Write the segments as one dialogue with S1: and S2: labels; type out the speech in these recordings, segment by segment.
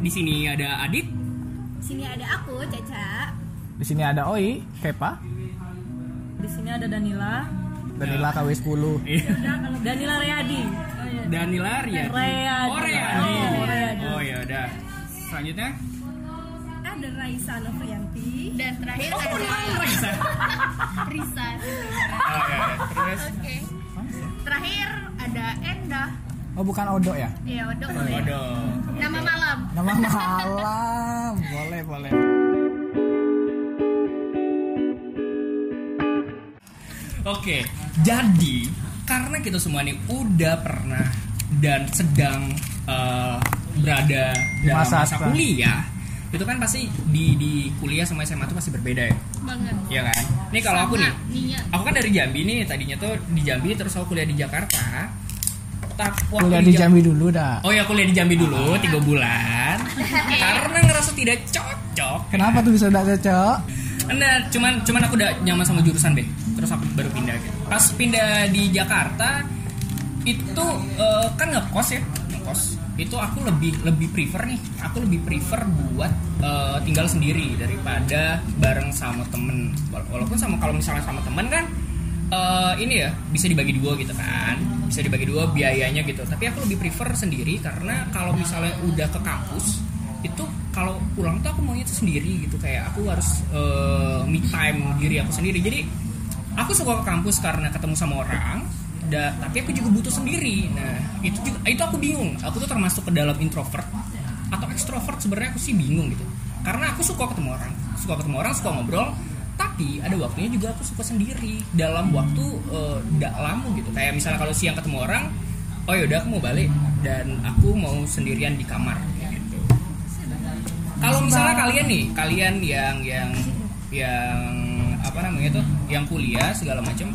S1: Di sini ada Adit,
S2: Di sini ada aku, Caca.
S3: Di sini ada Oi, Kepa,
S4: Di sini ada Danila,
S3: Danila
S1: Iya.
S3: KW10.
S4: Danila Reyadi.
S1: dan Nila Riyadi.
S4: Reyadi.
S1: Oh, Riyadi.
S4: Oh, Riyadi.
S1: Oh, ya udah. Selanjutnya
S4: Ada Raisa Novrianti.
S2: Dan terakhir Oh, ada
S1: Raisa.
S2: Risa.
S1: Oh, ya, ya. Terus
S2: Oke. Terakhir ada Endah.
S3: Oh bukan Odo ya?
S2: Ya, udah boleh.
S1: waduh.
S2: Nama malam.
S3: Nama malam. Boleh, boleh.
S1: Oke, jadi karena kita semua nih udah pernah dan sedang eh, berada
S3: Di
S1: dalam
S3: masa
S1: masa
S3: apa?
S1: kuliah, itu kan pasti di di kuliah sama SMA itu pasti berbeda ya,
S2: Banget.
S1: ya kan? Ini kalau aku nih,
S2: Niat.
S1: aku kan dari Jambi nih, tadinya tuh di Jambi terus aku kuliah di Jakarta. Tapi waktu
S3: Kuliah di Jambi Ah. dulu dah.
S1: Oh ya kuliah di Jambi dulu tiga bulan karena ngerasa tidak cocok.
S3: Kenapa tuh bisa enggak cocok?
S1: Nah, cuman cuman aku udah nyaman sama jurusan deh. Terus aku baru pindah gitu. Pas pindah di Jakarta itu eh, kan ngekos ya, ngekos. Itu aku lebih lebih prefer nih. Aku lebih prefer buat eh, tinggal sendiri daripada bareng sama temen. Wala- Walaupun sama kalau misalnya sama temen kan eh, ini ya bisa dibagi dua gitu kan. Bisa dibagi dua biayanya gitu. Tapi aku lebih prefer sendiri karena kalau misalnya udah ke kampus itu kalau pulang tuh aku maunya tuh sendiri gitu kayak aku harus eh, me time diri aku sendiri jadi aku suka ke kampus karena ketemu sama orang da- tapi aku juga butuh sendiri nah itu juga- itu aku bingung aku tuh termasuk ke dalam introvert atau ekstrovert sebenarnya aku sih bingung gitu karena aku suka ketemu orang suka ketemu orang suka ngobrol tapi ada waktunya juga aku suka sendiri dalam waktu eh, nggak lama gitu kayak misalnya kalau siang ketemu orang oh yaudah aku mau balik dan aku mau sendirian di kamar gitu kalau misalnya kalian nih kalian yang yang yang apa namanya tuh yang kuliah segala macam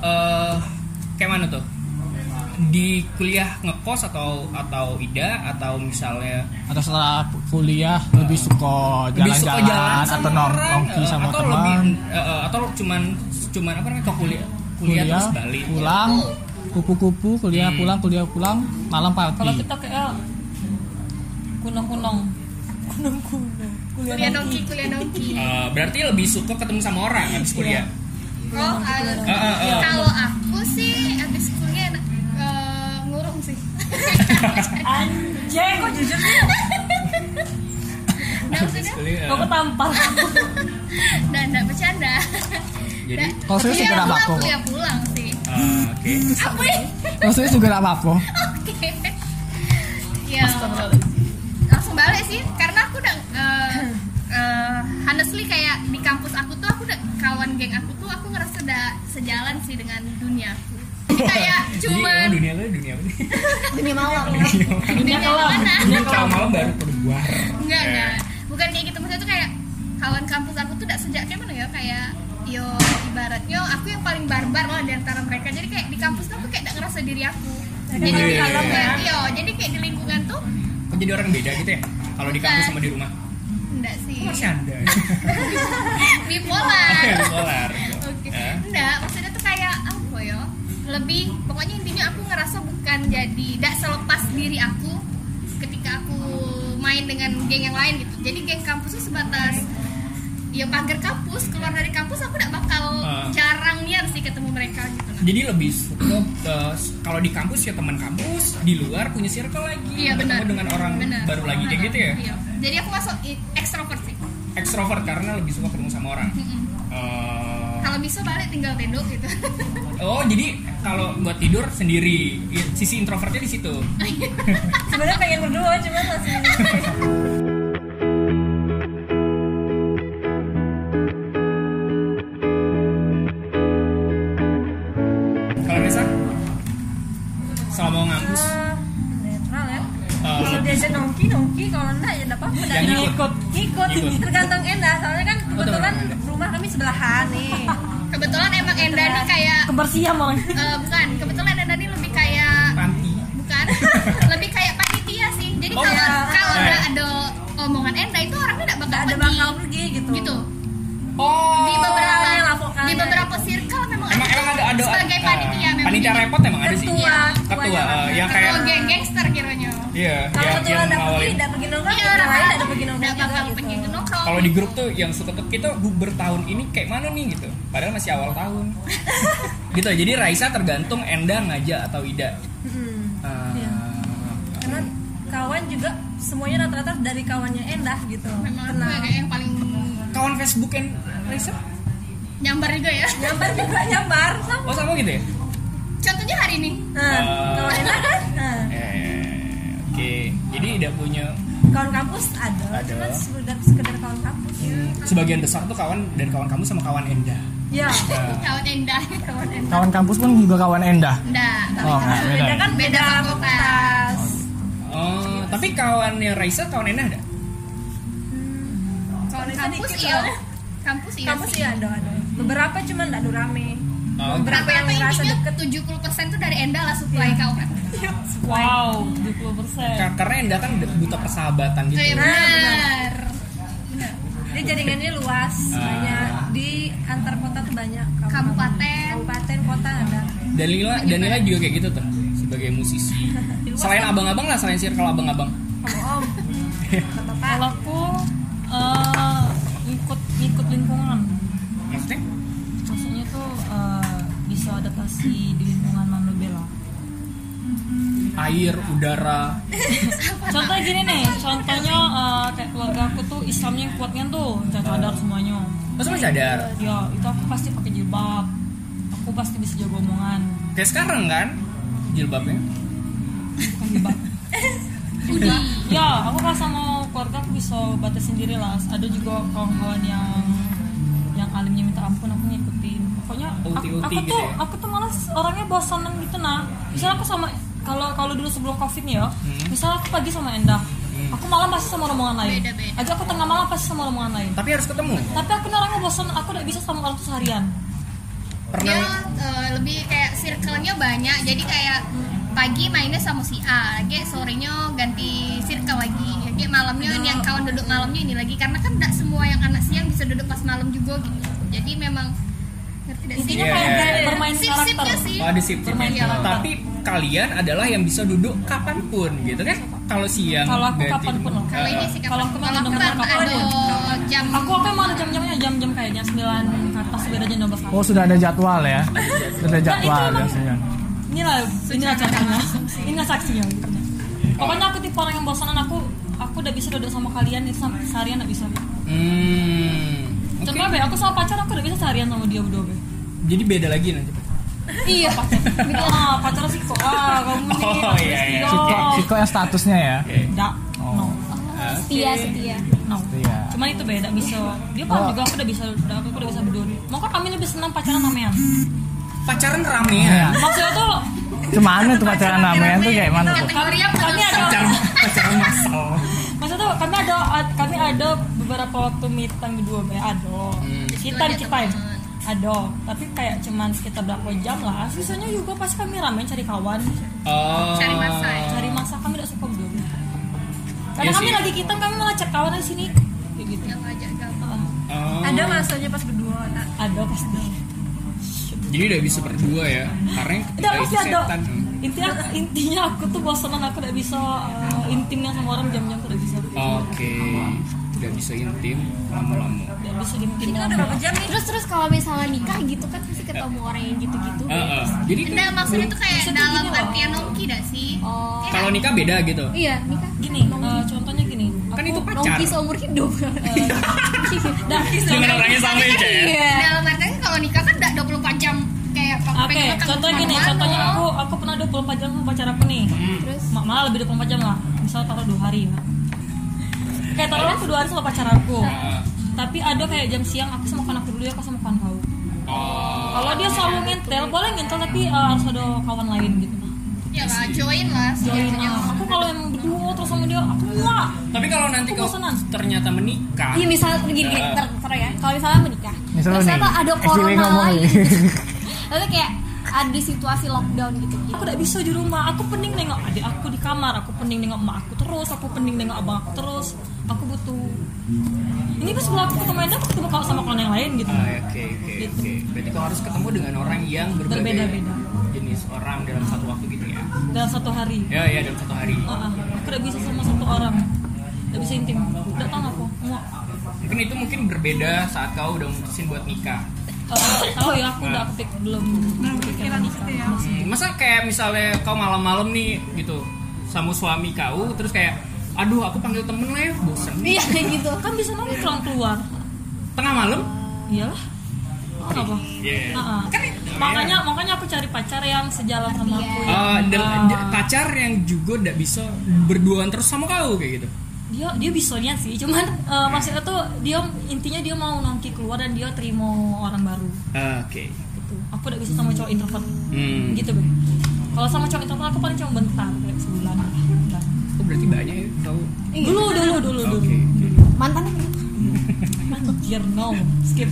S1: eh kayak mana tuh di kuliah ngekos atau atau ida atau misalnya
S3: Atau setelah kuliah lebih suka
S1: lebih suka
S3: jalan-jalan
S1: sama
S3: atau
S1: orang,
S3: nongki
S1: eh,
S3: sama
S1: atau lebih,
S3: teman.
S1: eh, eh, atau cuman cuman apa namanya ke kuliah kuliah,
S3: Kuliah,
S1: terus balik
S3: pulang, kupu-kupu, kuliah
S1: Hmm.
S3: pulang, kuliah pulang, malam party.
S4: Kalau kita kayak kunong-kunong. Kunong-kunong.
S2: Kuliah nongki, kuliah nongki.
S1: Eh, berarti lebih suka ketemu sama orang habis kuliah
S2: Oh, eh,
S1: Eh, eh, eh.
S2: kalau aku sih abis kuliah enak, eh, ngurung sih.
S4: Anjing, kok jujur sih?
S2: Nah,
S3: Iya.
S2: maksudnya,
S1: Kuliah.
S4: Kok ketampar?
S2: dan nggak bercanda.
S1: jadi
S2: Nah,
S3: Kalau saya sih
S2: kuliah
S3: kenapa
S2: pulang,
S3: aku?
S2: Kuliah pulang sih.
S1: eh, oke
S2: Apa ya?
S3: Maksudnya juga gak apa-apa.
S2: Oke. Ya. Langsung balik sih, karena aku udah eh, eh, honestly kayak di kampus aku tuh aku udah kawan geng aku tuh aku ngerasa udah sejalan sih dengan dunia aku. Jadi kayak
S1: Jadi,
S2: cuman
S1: emang dunia lu dunia apa nih?
S2: dunia malam.
S4: Dunia kelam.
S2: mana?
S1: Dunia kalau malam baru Eh, keluar
S2: Iya, Enggak, enggak. Bukan kayak gitu maksudnya tuh kayak kawan kampus aku tuh udah sejak kayak mana ya kayak yo ibaratnya aku yang paling barbar lah di antara mereka. Jadi kayak di kampus tuh aku kayak gak ngerasa diri aku. Jadi ya.
S1: Iya, iya,
S2: kalau
S1: iya.
S2: kayak- yo, jadi kayak di lingkungan tuh
S1: Kok jadi orang beda gitu ya? Kalau di kampus sama di rumah
S2: enggak sih.
S1: Masih anda
S2: Iya. bipolar.
S1: Solar Eh?
S2: Oke. Gitu. Enggak, maksudnya tuh kayak apa ya? Lebih pokoknya intinya aku ngerasa bukan jadi tidak selepas diri aku ketika aku main dengan geng yang lain gitu. Jadi geng kampus tuh sebatas ya pagar kampus, keluar dari kampus aku enggak bakal
S1: Ah.
S2: jarang niat sih ketemu mereka gitu. nah.
S1: Jadi lebih suka eh, kalau di kampus ya teman kampus Di luar punya circle lagi
S2: Iya
S1: Bertemu
S2: benar.
S1: dengan orang
S2: Benar.
S1: baru lagi kayak gitu ya Oh.
S2: Iya. Jadi aku masuk i- extrovert sih.
S1: Extrovert karena lebih suka ketemu sama orang
S2: Mm-mm.
S1: Eh,
S2: Kalau bisa balik tinggal tendo gitu.
S1: Oh jadi kalau buat tidur sendiri Ya, Sisi introvertnya di situ
S4: Sebenarnya pengen berdua, cuman masih
S1: Kalau Reza Selama mau ngampus
S4: Ah, netral ya.
S1: eh,
S4: Kalau diajak nongki nongki, kalau enggak ya enggak apa-apa.
S1: Jangan
S4: Enggak
S1: ikut.
S4: Ikut.
S1: Ikut.
S4: Tergantung Endah, soalnya kan kebetulan rumah kami sebelahan nih.
S2: Kebetulan emang Enda nih kayak
S4: Kebersihan mau.
S2: eh, bukan, kebetulan Enda nih lebih kayak
S1: panti
S2: bukan lebih kayak panitia sih jadi
S1: Oh,
S2: kalau
S1: iya.
S2: kalau
S1: Iya.
S2: udah ada omongan enda itu orangnya tidak bakal
S4: Enggak ada
S2: pergi
S4: bakal pergi gitu.
S2: gitu
S1: Oh
S2: di beberapa
S4: yang lapokan.
S2: di beberapa circle memang
S1: Emang
S2: ada
S1: emang ada ada
S2: sebagai
S1: eh,
S2: panitia memang
S1: panitia
S2: gitu.
S1: repot emang ada sih
S4: Ketua.
S1: Ketua
S4: Ketua
S1: eh, yang
S2: ketua
S1: kayak
S2: geng gangster kiranya
S1: Iya, yang-
S4: Kalau satu
S1: yang
S4: orang dapat
S1: ngawalin.
S4: pergi, tidak pergi nongkrong,
S2: Iya,
S4: yang lain
S2: orang
S4: tidak pergi nongkrong
S2: nggak
S4: juga
S2: bakal pergi
S4: gitu.
S2: nongkrong.
S1: Kalau di grup tuh yang suka ke kita bukber tahun ini kayak mana nih gitu. Padahal masih awal tahun. gitu. Jadi Raisa tergantung Enda ngajak atau tidak.
S4: Mm-mm.
S1: Eh,
S4: Iya. Karena kawan juga semuanya rata-rata dari kawannya Endah gitu.
S2: memang aku
S4: Kenal.
S2: kayak yang paling
S1: Kawan Facebook and Raisa?
S2: nyambar juga ya.
S4: Nyambar juga nyambar sama.
S1: Oh sama gitu ya?
S2: Contohnya hari ini
S4: Nah,
S1: Ah.
S4: kawan Endah kan? Nah,
S1: Eh, Oke, jadi tidak punya
S4: kawan kampus ada,
S1: Ada.
S4: cuman sekedar, sekedar kawan kampus.
S1: sebagian besar tuh kawan dan kawan kamu sama kawan Enda.
S4: Ya.
S1: Nah,
S2: kawan Enda, kawan Enda.
S3: Kawan kampus pun juga kawan Enda.
S2: Enda.
S3: Oh, nggak beda.
S4: Beda
S3: ya?
S4: kan
S2: Beda
S4: beda
S2: fakultas.
S4: fakultas.
S1: oh, tapi kawannya Raisa kawan Enda ada?
S2: Kawan
S4: Sedikit
S2: kampus iya.
S4: soalnya.
S2: Kampus iya.
S4: Kampus iya ada ada. Beberapa cuman ada rame.
S1: Oh,
S4: Beberapa yang
S2: Berapa
S4: merasa
S2: intinya
S4: deket.
S2: 70% tuh dari Enda lah
S5: Iya.
S2: supply kau
S5: Gitu.
S2: kan.
S5: Wow, 20 persen.
S1: Ka- Karena Enda kan buta persahabatan gitu.
S2: Iya,
S4: Nah,
S2: benar.
S4: Dia jaringannya luas,
S1: Ah.
S4: banyak di antar kota tuh banyak. kawan-kawan.
S2: Kabupaten.
S4: kabupaten, kota ada.
S1: Danila, Danila juga kayak gitu tuh sebagai musisi. Selain abang-abang lah, selain circle abang-abang.
S4: Om, om, bapak.
S5: Kalau aku eh, ngikut ngikut lingkungan,
S1: Maksudnya?
S5: maksudnya tuh eh, bisa adaptasi di lingkungan non bela.
S1: Air, udara.
S5: Contoh gini nih, contohnya eh, kayak keluarga aku tuh Islamnya yang kuat kan tuh, cacat adat semuanya.
S1: Terus masih sadar.
S5: Ya itu aku pasti pakai jilbab, aku pasti bisa jaga omongan,
S1: Kayak sekarang kan jilbabnya.
S5: bukan jilbab. Udah. ya, aku kalau sama keluarga aku bisa batas sendiri lah. Ada juga kawan-kawan yang yang alimnya minta ampun aku ngikutin. Pokoknya aku,
S1: Ulti-ulti
S5: aku
S1: gitu
S5: tuh
S1: ya?
S5: aku tuh malas orangnya bosanan gitu nah. Misalnya aku sama kalau kalau dulu sebelum covid nih ya,
S1: Hmm.
S5: misalnya aku pagi sama Endah, aku malam pasti sama rombongan lain.
S2: Beda-beda.
S5: Aja aku tengah malam pasti sama rombongan lain.
S1: Tapi harus ketemu.
S5: Tapi aku nih orangnya bosan, aku udah bisa sama orang tuh seharian.
S1: Pernah
S2: Dia eh, lebih kayak circle-nya banyak. Jadi kayak pagi mainnya sama si A, lagi sorenya ganti circle lagi. Lagi malamnya ini yang kawan duduk malamnya ini lagi karena kan tidak semua yang anak siang bisa duduk pas malam juga gitu. Jadi memang ngerti tidak sih?
S5: Intinya
S1: Iya,
S5: kayak
S1: iya,
S5: kayak
S1: iya.
S5: bermain
S2: Sip-sipnya
S5: karakter.
S2: sih.
S1: Oh, ada sip
S5: Bermain
S2: iya,
S5: karakter.
S1: Tapi kalian adalah yang bisa duduk kapanpun gitu kan? Kalau siang
S5: Kalau aku
S1: ganti.
S5: kapanpun loh.
S2: Kalau ini sih
S5: Kalau aku
S2: kapan-
S5: mana
S2: kalau
S5: benar
S2: aku kan
S5: kapan
S2: ada jam
S5: ya. Aku apa emang ada jam-jamnya jam-jam kayaknya 9 ke atas beda jam 12
S3: Oh
S5: atas.
S3: sudah ada jadwal ya. Sudah jadwal Oh.
S5: emang-
S3: biasanya.
S5: Inilah inilah contohnya. Inilah saksinya. gitu. Pokoknya aku tipe orang yang bosanan aku aku udah bisa duduk sama kalian itu sama- seharian nggak bisa.
S1: Hmm. Oke.
S5: Contohnya be, aku sama pacar aku udah bisa seharian sama dia berdua be.
S1: Jadi beda lagi nanti.
S5: Iya pacar. Ah pacar sih kok. Ah kamu nih.
S1: Oh, iya, Oh,
S5: pacar
S1: iya.
S5: sih,
S3: Siko,
S5: oh.
S3: Siko yang statusnya ya.
S5: Nggak. No.
S2: setia setia.
S5: No.
S3: Iya.
S5: Cuman itu beda bisa. Dia paham
S3: Oh.
S5: juga aku udah bisa udah aku udah bisa berdua. Mau kan kami lebih senang pacaran ramean.
S1: Pacaran ramean.
S5: Maksudnya tuh
S3: Kemana tuh Iya. pacaran namanya tuh kayak mana tuh?
S2: Kategorinya
S5: kami ada
S1: Pacaran pacaran masal.
S5: Maksudnya tuh kami ada kami ada beberapa waktu meet time berdua kayak ada.
S1: Hmm.
S5: Kita
S2: Itu ada
S5: kita
S2: teman.
S5: ada, tapi kayak cuman sekitar berapa jam lah. Sisanya juga pasti kami ramen cari kawan,
S1: Oh.
S2: Cari masa ya?
S5: cari masa kami tidak suka berdua. Karena
S1: Iya
S5: kami
S1: sih.
S5: lagi kita kami malah cari kawan di sini. Kayak gitu.
S2: yang ngajak gabung.
S1: Oh.
S5: Ah,
S4: Ada masanya pas berdua.
S6: Nah,
S4: Nak.
S5: Ada pasti.
S1: Iya, Jadi udah bisa berdua ya. Karena yang
S5: Tidak
S1: ketiga
S5: pasti
S1: itu
S5: ada.
S1: setan.
S5: Intinya intinya aku tuh bosanan aku tidak bisa eh, intimnya sama orang jam-jam tidak bisa.
S1: Oke. Udah bisa intim lama-lama.
S5: Tidak bisa
S4: Ini
S5: intimnya.
S4: kan udah berapa jam nih?
S6: Terus terus kalau misalnya nikah gitu kan pasti ketemu orang yang gitu-gitu.
S1: Eh, eh. Jadi itu
S2: Enggak, Nah, maksudnya tuh kayak
S5: Maksudnya
S2: dalam
S5: gini loh.
S2: artian nongki dah sih?
S6: Oh.
S1: kalau nikah beda gitu.
S6: Iya, nikah.
S5: Gini, eh, contohnya gini.
S1: Kan
S5: aku-
S1: itu pacar.
S6: Nongki seumur hidup.
S5: Dah,
S1: Dengan orangnya sama ya. Cek?
S6: Iya.
S2: Dalam artian kalau nikah kan enggak 24 jam kayak
S5: Oke,
S2: pengen
S6: kan
S2: ketemu
S5: contohnya gini,
S2: kemana-mana.
S5: contohnya aku aku pernah 24 jam sama pacar aku nih.
S6: Terus
S5: Ma- Malah lebih 24 jam lah. Misal taruh 2 hari. Ya. Kayak taruh aku 2 hari sama pacar aku.
S1: Ah.
S5: Tapi ada kayak jam siang aku sama kawan aku dulu ya, aku sama kawan kau. Kalau dia selalu ngintel, boleh ngintel tapi eh, harus ada kawan lain gitu.
S2: Ya lah, join lah
S5: Join
S2: sebenarnya.
S5: ah. Aku kalau emang berdua terus sama dia, aku muak.
S1: Tapi kalau nanti
S5: Aku
S1: kau
S5: bosenan.
S1: ternyata menikah,
S6: Iya misalnya gini gini, ter, ter ya. Kalau misalnya menikah,
S3: Misalnya
S6: terus
S3: nih, Eh,
S6: ternyata ada
S3: SJW
S6: corona
S3: ngomong
S6: lagi.
S3: nih.
S6: Lalu kayak ada situasi lockdown gitu. gitu.
S5: aku gak bisa di rumah aku pening nengok adik aku di kamar aku pening nengok emak aku terus aku pening nengok abang aku terus aku butuh ini pas sebelah aku ketemu Enda aku ketemu kau sama kawan yang lain gitu
S1: Ah, oke oke
S5: Gitu.
S1: oke. Berarti kau harus ketemu dengan orang yang berbeda
S5: Berbeda-beda.
S1: jenis orang dalam satu waktu gitu ya. ya
S5: dalam satu hari
S1: ya ya dalam satu hari
S5: Ah, ah. aku tidak bisa sama satu orang tidak bisa intim tidak tahu aku mau
S1: mungkin itu mungkin berbeda saat kau udah mutusin buat nikah
S5: eh, tahu ya aku udah aktif belum belum pikiran gitu ya
S1: Hmm, masa kayak misalnya kau malam-malam nih gitu sama suami kau terus kayak aduh aku panggil temen lah ya bosen
S6: iya gitu
S5: kan bisa nongkrong keluar
S1: tengah malam
S5: iyalah apa
S1: Iya.
S5: Ah, ah. makanya makanya aku cari pacar yang sejalan sama
S6: Iya.
S5: aku
S1: Eh,
S5: yang,
S1: dan-
S5: ah,
S1: d- pacar yang juga tidak bisa berduaan terus sama kau kayak gitu
S5: dia dia bisanya sih cuman eh, maksudnya tuh dia intinya dia mau nongki keluar dan dia terima orang baru
S1: Ah, oke
S5: gitu aku tidak bisa sama cowok introvert
S1: hmm.
S5: gitu Beb. kalau sama cowok introvert aku paling cuma bentar kayak sebulan Bentar.
S1: Oh, berarti banyak ya kau
S5: dulu dulu dulu
S1: oke
S5: dulu
S1: oke.
S6: mantan
S5: anjir no skip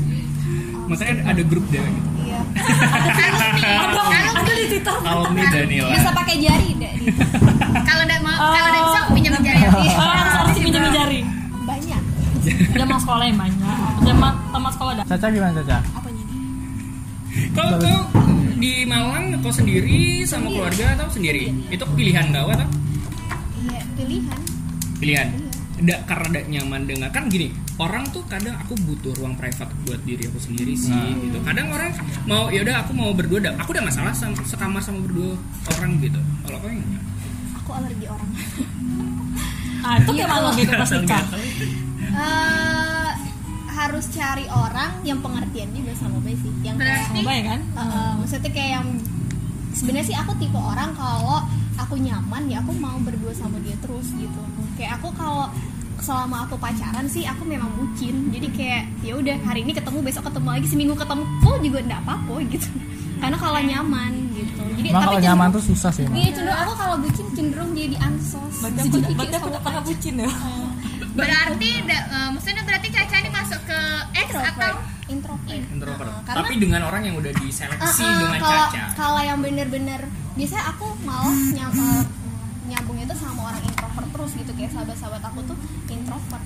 S1: makanya ada, ada grup deh gitu.
S6: iya
S5: ada ada di twitter
S1: alumni Danila
S6: bisa pakai jari deh gitu.
S2: kalau tidak mau kalau tidak bisa aku pinjam jari
S5: Ah, harus harus pinjam jari
S6: banyak
S5: jam sekolah yang banyak jam teman sekolah ada
S3: Caca gimana Caca?
S6: apanya nih
S1: kau kau di Malang kau sendiri sama keluarga atau sendiri itu pilihan kau atau
S6: iya pilihan
S1: pilihan da, karena da, nyaman dengan kan gini orang tuh kadang aku butuh ruang privat buat diri aku sendiri sih gitu kadang orang mau ya udah aku mau berdua dah. aku udah masalah sama sekamar sama berdua orang gitu kalau kau yang
S6: aku alergi orang
S5: ah itu kayak malu gitu pas nikah
S6: Eh, harus cari orang yang pengertian juga sama gue sih yang kayak
S2: Berarti-
S5: Sama ya kan
S6: Eh, maksudnya kayak yang sebenarnya sih aku tipe orang kalau aku nyaman ya aku mau berdua sama dia terus gitu kayak aku kalau selama aku pacaran sih aku memang bucin jadi kayak ya udah hari ini ketemu besok ketemu lagi seminggu ketemu pun juga enggak apa-apa gitu karena kalau nyaman gitu jadi
S3: Emang kalau nyaman tuh
S6: cenderung-
S3: susah sih. Emang.
S6: iya cenderung aku kalau bucin cenderung dia di ansos
S5: berarti aku
S6: Jadi
S5: berarti
S6: kayak
S5: aku
S6: sama-
S5: tak pernah bucin ya
S2: berarti da- eh, maksudnya berarti Caca ini masuk ke X atau
S6: introvert
S1: introvert
S6: Heeh, karena-
S1: tapi dengan orang yang udah diseleksi
S6: Uh-uh,
S1: dengan
S6: kalau
S1: caca
S6: kalau yang bener-bener biasanya aku malah nyam, eh, nyambungnya tuh sama orang introvert terus gitu kayak sahabat-sahabat aku tuh introvert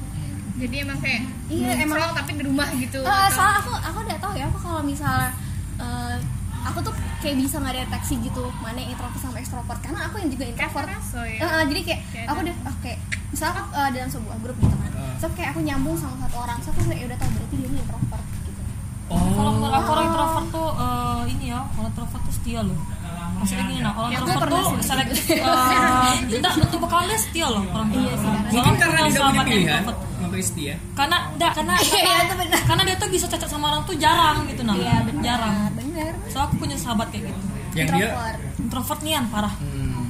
S2: jadi emang kayak
S6: Iya, emang-
S2: nongkrong tapi di rumah gitu
S6: Eh,
S2: atau-
S6: soalnya aku aku udah tahu ya aku kalau misalnya eh, aku tuh kayak bisa nggak deteksi gitu mana yang introvert sama ekstrovert karena aku yang juga introvert
S2: Kerasa ya.
S6: Eh, eh, jadi kayak
S2: Kayak
S6: aku udah oke misalnya aku, eh, dalam sebuah grup gitu kan so kayak aku nyambung sama satu orang so aku kayak ya udah tahu berarti dia ini introvert gitu
S1: Oh.
S5: kalau menurut aku orang introvert tuh eh, ini ya orang introvert tuh setia loh maksudnya gini nah orang
S6: Ya, gue
S5: introvert
S6: pernah
S5: tuh
S6: sih.
S5: selektif eh, tidak bentuk bekalnya setia loh orang
S6: Iya,
S5: introvert
S1: mungkin
S5: Jangan
S1: karena tidak
S5: punya
S1: punya
S5: sahabat yang
S1: pilihan ya,
S5: introvert.
S1: makanya setia
S5: karena enggak karena
S6: iya itu benar
S5: karena dia tuh bisa cocok sama orang tuh jarang gitu nah jarang
S6: Iya, benar
S5: so aku punya sahabat kayak gitu
S1: yang dia
S6: introvert
S5: introvert nian parah
S1: hmm,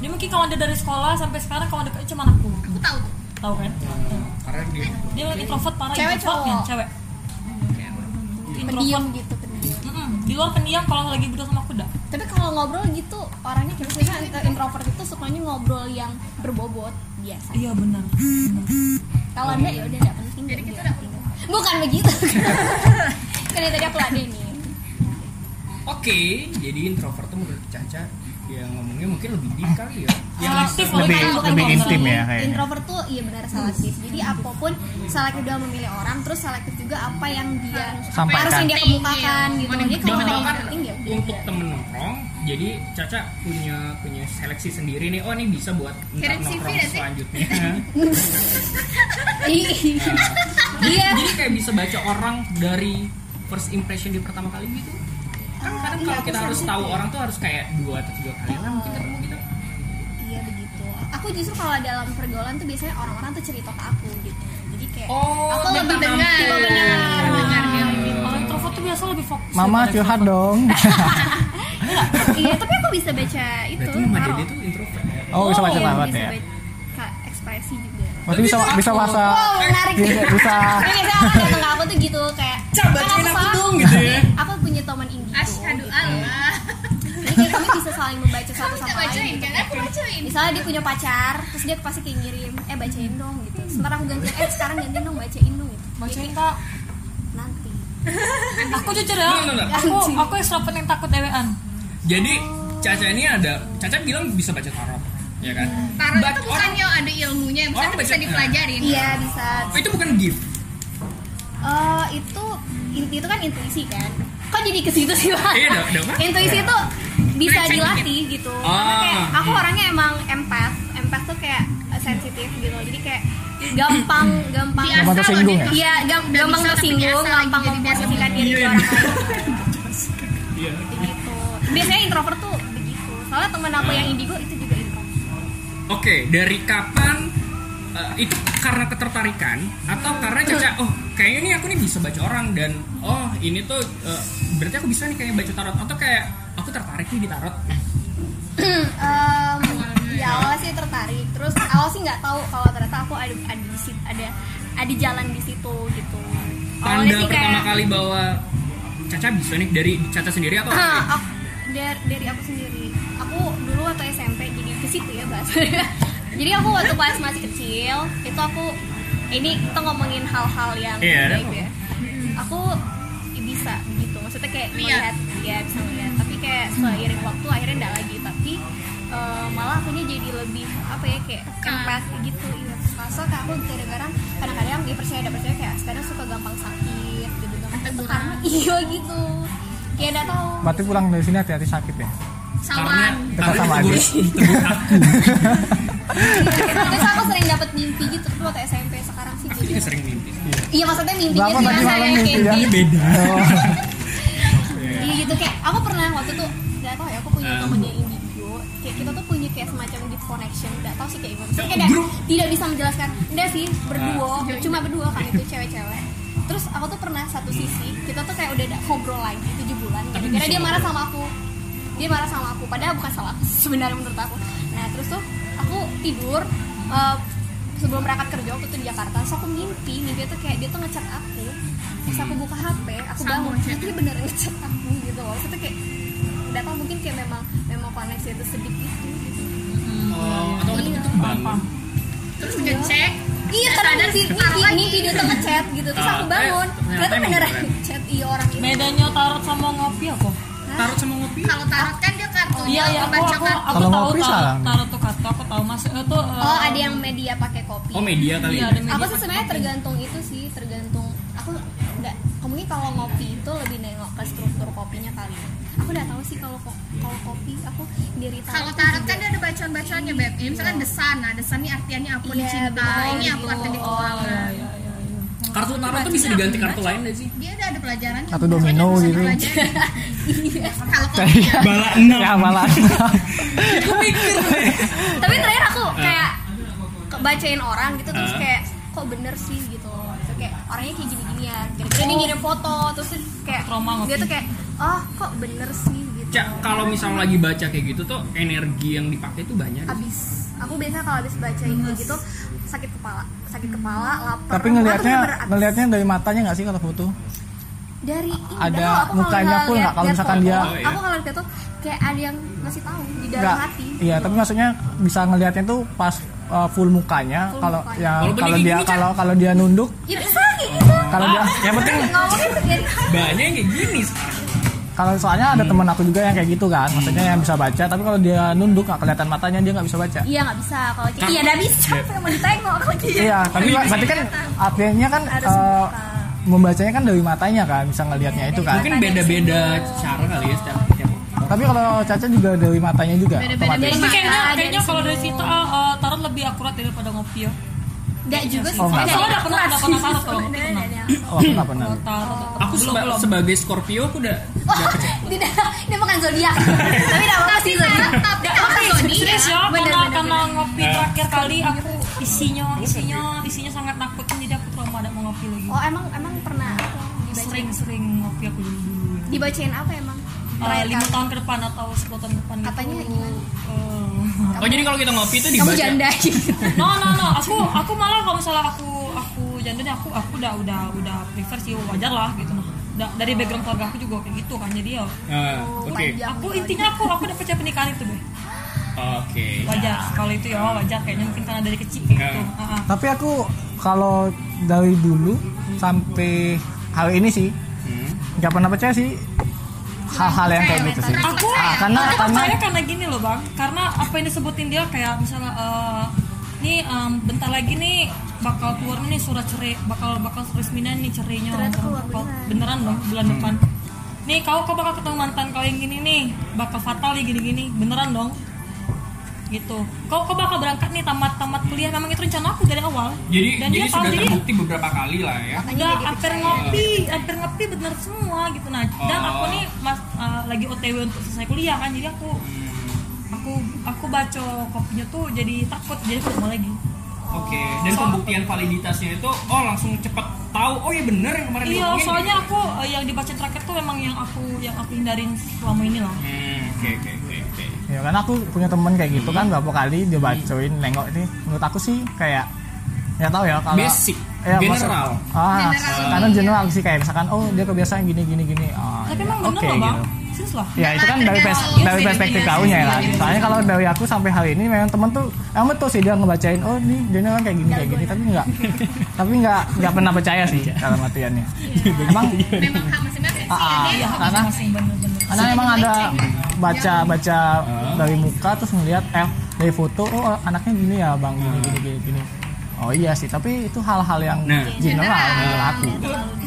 S5: dia mungkin kawan dia dari sekolah sampai sekarang kawan dekatnya cuma aku
S2: aku tahu tuh.
S5: tahu kan
S1: karena dia
S5: dia memang introvert parah
S6: Cewek,
S5: introvert
S6: cowok?
S5: nian cewek introvert
S6: pendiam gitu pendiam
S5: Mm-mm. di luar pendiam kalau lagi berdua sama kuda
S6: tapi kalau ngobrol gitu orangnya kayak misalnya int- introvert itu sukanya ngobrol yang berbobot biasa
S5: iya benar
S3: Oh.
S6: kalau enggak ya udah enggak penting jadi kita bukan begitu kan tadi aku ladenin
S1: oke jadi introvert tuh menurut caca yang ngomongnya mungkin lebih deep kali ya yang
S5: selektif
S1: bisa-
S5: orang
S3: Lebih-
S5: introvert
S3: lebih
S5: kalau
S3: intim ya kayaknya.
S6: introvert tuh iya benar selektif jadi apapun selektif dalam memilih orang terus selektif juga apa yang dia
S3: Sampaikan.
S6: harus yang dia kemukakan gitu jadi kalau
S1: Dan
S6: ada yang
S1: bahkan
S6: penting ya udah
S1: untuk temen nongkrong, jadi Caca punya punya seleksi sendiri nih. Oh ini bisa buat ntar
S2: Kirim CV
S1: nongkrong
S2: nggak sih?
S1: selanjutnya.
S6: Ih, iya
S1: Jadi kayak bisa baca orang dari first impression di pertama kali gitu. Kan kadang
S6: iya,
S1: kalau
S6: aku Ah.
S1: kita harus
S6: sensitif.
S1: tahu orang tuh harus kayak dua atau tiga kali lah mungkin ketemu gitu.
S6: iya begitu aku justru kalau dalam pergaulan tuh biasanya orang-orang tuh cerita ke aku gitu jadi kayak aku Ah.
S1: minta
S6: lebih
S1: ampun.
S6: dengar
S2: dengar dia
S5: orang introvert tuh biasa lebih fokus
S3: Mama
S5: daripada
S3: curhat
S5: extrovert.
S3: dong.
S6: iya tapi aku bisa baca itu
S1: Berarti Mama
S6: taruh.
S1: Dede tuh introvert. ya?
S3: Oh, bisa baca
S6: Iya,
S3: sahabat
S6: bisa
S3: ya.
S6: baca- Kak, ekspresi juga
S3: Berarti bisa bisa bahasa
S6: wow menarik
S3: bisa bisa
S6: Tapi biasanya orang datang ke aku tuh gitu kayak
S1: Cak,
S6: "Kan
S1: bacain aku
S6: salah."
S1: dong, gitu ya.
S6: Aku punya teman indigo.
S2: Asyhadu
S6: gitu.
S2: Allah.
S6: Jadi kayak kami bisa saling membaca satu
S2: Kamu
S6: sama
S2: tak
S6: lain.
S2: bacain
S6: gitu.
S2: kan? Aku bacain.
S6: Misalnya dia punya pacar, terus dia pasti kayak ngirim, eh bacain dong gitu. Sementara aku ganti, eh sekarang gantian dong bacain dong gitu.
S5: bacain kak
S6: Nanti.
S5: aku jujur ya
S1: Enggak, enggak, enggak.
S5: aku aku extrovert yang takut dewean
S1: Jadi Caca ini ada Caca bilang bisa baca tarot, ya kan?
S2: Tarot
S1: But
S2: itu
S1: orang-
S2: bukannya ada ilmunya, yang
S1: orang
S2: bisa
S1: baca-
S2: dipelajarin.
S6: Iya bisa.
S1: itu bukan gift.
S6: Eh itu inti itu kan intuisi kan. Kok jadi ke situ sih, Pak?
S1: Iya, ada- ada apa?
S6: Intuisi itu bisa dilatih gitu karena
S1: Ah.
S6: kayak aku orangnya emang empath empath tuh kayak eh, sensitif gitu jadi kayak gampang gampang
S2: Biasa
S3: Gampang tersinggung
S2: loh,
S3: ya?
S6: iya gam-
S2: Udah
S6: gampang
S2: bisa, tapi
S6: tersinggung
S2: biasa lagi
S6: gampang
S2: jadi biasa gitu.
S6: memposisikan diri ke
S1: Iya.
S6: orang lain gitu biasanya introvert tuh begitu soalnya temen aku yang indigo itu juga introvert
S1: Oke, dari kapan eh, itu karena ketertarikan atau karena caca oh kayaknya nih aku nih bisa baca orang dan oh ini tuh eh, berarti aku bisa nih kayak baca tarot atau kayak aku tertarik nih di tarot.
S6: Em, ya awal sih tertarik terus awal sih nggak tahu kalau ternyata aku ada ada di situ ada ada jalan di situ gitu
S1: Tanda pertama kali bahwa Caca bisa nih dari Caca sendiri atau
S6: Ah, aku- dari, dari aku sendiri aku dulu waktu SMP jadi ke situ ya bahas jadi aku waktu pas masih kecil itu aku ini kita ngomongin hal-hal yang
S1: Iya,
S6: gaib ya aku bisa gitu maksudnya kayak melihat ya bisa melihat tapi kayak seiring waktu akhirnya enggak lagi tapi eh, malah akunya jadi lebih apa ya kayak keempat gitu iya masuk aku kadang-kadang kadang-kadang ya percaya ada percaya kayak kadang suka gampang sakit gitu gampang itu karena iya gitu kayak enggak tahu
S3: Berarti pulang dari sini hati-hati sakit ya.
S6: Iya,
S1: karena
S2: sawan
S3: Tetap
S1: karena
S3: sama aja.
S1: ditegur, ditegur aku.
S6: terus aku sering dapat mimpi gitu tapi waktu SMP sekarang sih
S1: Aku
S6: jadi
S1: juga sering mimpi.
S6: iya maksudnya mimpinya
S3: Berapa
S6: sih
S3: tadi
S6: rasanya
S3: malam mimpi
S6: kayak
S3: ya?
S6: gitu.
S1: Beda.
S6: Iya gitu kayak aku pernah waktu tuh nggak tahu ya aku punya
S1: Ah.
S6: temennya indigo kayak kita tuh punya kayak semacam deep connection nggak tahu sih kayak gimana Maksudnya
S1: Oh,
S6: kayak
S1: grup. Ah.
S6: nggak- tidak bisa menjelaskan enggak sih berdua cuma berdua kan itu cewek-cewek terus aku tuh pernah satu sisi kita tuh kayak udah nggak ngobrol lagi 7 bulan
S1: Tapi
S6: gara-gara
S1: bisa gitu.
S6: dia marah
S1: ngobrol.
S6: sama aku dia marah sama aku padahal bukan salah aku sebenarnya menurut aku nah terus tuh aku tidur eh, sebelum berangkat kerja waktu itu di Jakarta terus aku mimpi mimpi tuh kayak dia tuh ngechat aku terus aku
S1: Hmm.
S6: buka HP aku
S2: Sama
S6: bangun
S2: chat.
S1: ya?
S6: itu dia bener ngechat aku gitu loh Terus tuh kayak nggak tahu mungkin kayak memang memang koneksi itu sedikit itu gitu.
S1: Oh, atau waktu itu bangun.
S2: terus ngecek
S6: Iya ternyata sih mimpi, mimpi dia tuh ngechat gitu terus
S1: Ah,
S6: aku bangun
S1: eh, ternyata
S6: ternyata
S1: emang
S6: beneran
S1: beneran.
S6: ngechat iya orang itu
S5: bedanya tarot sama ngopi apa?
S1: Tarot sama ngopi.
S2: kalau tarot kan dia
S6: Oh,
S2: kartunya
S5: Iya iya aku
S2: baca
S5: aku
S2: kartu
S5: aku
S3: Kalau
S5: tahu
S3: ngopi salah.
S5: tarot, tarot tuh kartu aku tahu masuk itu eh,
S6: oh ada yang media pakai kopi
S1: Oh media kali.
S5: Iya,
S1: ya.
S2: Nah,
S5: ada media
S6: aku sih
S5: pakai
S6: sebenarnya
S5: kopi.
S6: tergantung itu sih tergantung aku nggak mungkin kalau ngopi itu lebih nengok ke struktur kopinya kali ya. aku nggak tahu sih kalau ko- kalau kopi aku dari
S2: kalau tarot kan dia ada bacaan-bacaannya beb ini misalkan desan nah desan ini artiannya apa di
S6: Iya,
S2: cinta
S6: benar,
S2: ini apa
S6: gitu.
S2: artinya di keuangan
S1: Kartu tarot tuh bisa diganti kartu lain gak sih?
S2: dia udah ada pelajaran
S3: Kartu domino gitu.
S2: kalau kopi ya
S1: Bala enam.
S3: Ya malah.
S6: tapi terakhir aku kayak ke- bacain orang gitu terus
S1: Ah.
S6: kayak kok bener sih gitu loh Terus kayak orangnya kayak gini-ginian
S2: Oh.
S6: kira-kira dia ngirim foto terus dia kayak
S5: Trauma
S6: dia
S5: ngopi.
S6: tuh kayak oh kok bener sih gitu
S1: Cak, kalau misal lagi baca kayak gitu tuh energi yang dipakai tuh banyak.
S6: abis aku biasanya kalau abis bacain kayak gitu sakit kepala sakit kepala lapar
S3: Tapi
S6: Aku tuh
S3: ngelihatnya
S6: bener-bener abis.
S3: ngelihatnya dari matanya nggak sih kalau foto?
S6: dari ini
S3: Ada
S6: dah, kalau aku kalau
S3: mukanya
S6: nggak
S3: pun nggak,
S6: lihat-
S3: kalau
S6: lihat
S3: misalkan
S6: foto,
S3: dia-
S1: Oh, iya.
S6: aku kalau lihat tuh kayak ada yang masih tahu di dalam
S3: Nggak.
S6: hati
S3: Iya, tapi maksudnya bisa ngelihatnya tuh pas uh, full mukanya.
S6: Full
S3: Kalau
S6: mukanya.
S3: ya
S1: Walaupun
S3: kalau
S1: ini
S3: dia
S1: gini, Cak.
S3: kalau kalau dia nunduk,
S6: ya bisa kayak gitu
S3: kalau
S1: Ah,
S3: dia
S1: ya,
S3: yang penting
S6: ngomongin tuh dari hati
S1: Banyak yang kayak gini sekarang.
S3: kalau soalnya
S6: Hmm.
S3: ada teman aku juga yang kayak gitu kan. Maksudnya yang bisa baca, tapi kalau dia nunduk nggak kelihatan matanya dia nggak bisa baca.
S6: iya nggak bisa kalau kayak iya nggak bisa saya mau ditengok kalau kayak gitu
S3: Iya, tapi
S1: Tapi
S3: berarti kan artinya kan
S6: Harus
S3: uh,
S6: muka.
S3: membacanya kan dari matanya kan, bisa ngelihatnya itu kan.
S1: Mungkin beda-beda cara kali ya setiap setiap.
S3: Tapi kalau Caca juga dari matanya juga. otomatis.
S5: Tapi kayaknya
S6: Mata,
S5: kayaknya
S6: dari
S5: kalau dari
S6: semua.
S5: situ ah, eh, tarot lebih akurat daripada ngopi ya.
S6: nggak juga sih
S3: Oh, nggak.
S5: Soalnya
S6: Nggak
S5: udah pernah
S6: kelas.
S5: udah
S6: Oh.
S5: pernah tarot kalau ngopi pernah.
S3: Oh, aku nggak pernah.
S5: Kalau Tarot atau-
S1: Aku seba- sebagai Scorpio aku udah
S6: Wah, tidak, ini bukan zodiak. Tapi tidak apa-apa sih zodiak.
S2: tapi apa zodiak
S5: Serius ya, karena,
S6: Bener,
S5: karena
S6: bener, bener. Nah. Iya.
S5: ngopi terakhir kali aku isinya isinya isinya sangat nakutin jadi aku trauma ada mau ngopi lagi.
S6: Oh, emang emang pernah aku dibacain.
S5: Sering-sering ngopi aku dulu dulu.
S6: Dibacain apa emang?
S5: Eh,
S6: Terakhir
S5: lima
S6: kali.
S5: tahun ke depan atau 10 tahun ke depan gitu.
S6: Katanya gimana?
S5: Eh,
S1: Oh jadi kalau kita ngopi itu dibaca.
S6: Kamu janda gitu.
S5: no no no aku aku malah kalau misalnya aku aku janda deh, aku aku udah udah udah prefer sih wajar lah gitu nah Da- dari background keluarga aku juga kayak gitu kan jadi ya
S1: Ah, Oke.
S3: Ya,
S5: aku intinya aku aku udah percaya pernikahan itu deh
S1: Oke.
S5: wajar kalau itu ya wajar kayaknya mungkin karena dari kecil kayak gitu
S1: Ya.
S5: Ah, ah.
S3: Tapi aku kalau dari dulu sampai hal ini sih
S1: Hmm.
S3: nggak pernah percaya sih hal-hal yang kayak gitu sih.
S5: aku
S3: Ah, karena
S5: aku
S3: karena
S5: percaya karena gini loh bang karena apa yang disebutin dia kayak misalnya eh, nih em, bentar lagi nih bakal keluar nih surat cerai bakal bakal resminya nih cerainya
S6: Ternyata keluar
S1: Hmm.
S5: Bakal- beneran dong bulan depan nih kau kau bakal ketemu mantan kau yang gini nih bakal fatal nih gini-gini beneran dong gitu kau kau bakal berangkat nih tamat tamat kuliah memang itu rencana aku dari awal
S1: Jadi
S5: dan
S1: jadi
S5: dia tahu
S1: sudah
S5: jadi
S1: terbukti beberapa kali lah ya.
S5: udah hampir ngopi hampir ngopi bener semua gitu nah dan
S1: Oh.
S5: aku nih mas eh, lagi otw untuk selesai kuliah kan jadi aku aku aku baca kopinya tuh jadi takut jadi aku nggak mau lagi
S1: Oke, dan pembuktian validitasnya itu oh langsung cepet tahu oh iya bener yang kemarin
S5: iya
S1: diomongin.
S5: soalnya aku eh, yang dibaca terakhir tuh memang yang aku yang aku hindarin selama ini lah
S1: Hmm, oke oke oke oke.
S3: ya kan aku punya temen kayak gitu
S1: Hmm.
S3: kan berapa kali dia bacoin nengok ini menurut aku sih kayak nggak tahu ya kalau
S1: Basic,
S3: ya, maksud-
S1: general.
S3: ah,
S2: General.
S3: karena general sih kayak misalkan oh dia kebiasaan gini gini gini ah, ya,
S5: tapi emang bener
S3: oke,
S5: loh bang
S3: gitu.
S5: serius lah
S3: Ya itu kan dari, pers- dari perspektif kaunya ya. Soalnya kalau dari aku sampai hari ini memang temen tuh emang tuh sih dia ngebacain oh ini dia kan kayak gini kayak gini tapi nggak tapi nggak nggak pernah percaya sih dalam artiannya. Emang
S2: memang hak masing-masing sih
S3: Ah,
S2: ya,
S5: iya
S2: Dek?
S3: karena
S5: masing-masing bener-bener
S3: karena emang ada baca baca
S1: Ah.
S3: dari muka terus ngelihat eh dari foto oh anaknya gini ya bang gini gini gini, gini. Oh iya sih tapi itu hal-hal yang
S1: Nah.
S3: general menurut aku.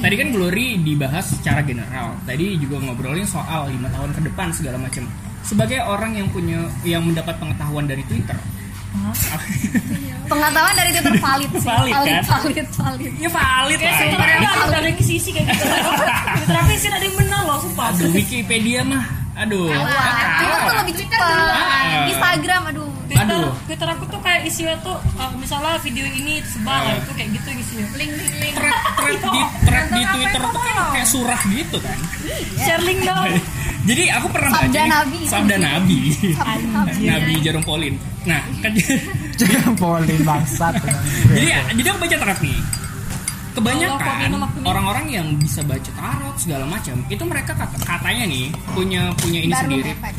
S1: Tadi kan Glory dibahas secara general. Tadi juga ngobrolin soal lima tahun ke depan segala macam. Sebagai orang yang punya yang mendapat pengetahuan dari Twitter.
S6: Pengetahuan dari Twitter valid sih.
S1: Valid,
S6: valid,
S1: kan?
S6: valid, valid.
S1: Ya valid lah.
S5: Tapi ada ada yang kisi-kisi kayak gitu tapi sih ada yang bener loh sumpah
S1: Aduh, Wikipedia mah. Aduh.
S2: Wah,
S6: Twitter tuh
S1: kalah.
S6: lebih
S2: Iya.
S6: cepat.
S1: Ah.
S6: Instagram aduh.
S5: Twitter,
S1: Aduh.
S5: Twitter aku tuh kayak isinya tuh uh, misalnya video ini tersebar
S1: Ah.
S5: itu kayak gitu isinya.
S2: link link link
S1: Thread, thread di thread di Twitter tuh kan kayak surah gitu kan.
S5: Share link dong.
S1: Jadi aku pernah
S6: Sabda
S1: baca nih,
S6: Nabi.
S1: Sabda Nabi.
S5: Anjir.
S1: Nabi Jarum Polin. Nah, kan
S3: Polin bangsat.
S1: jadi jadi aku baca tarot nih
S5: Allah, kok
S1: kebanyakan
S5: minum aku minum.
S1: orang-orang yang bisa baca tarot segala macam itu mereka kata- katanya nih punya punya ini
S6: Barum
S1: sendiri
S6: efek.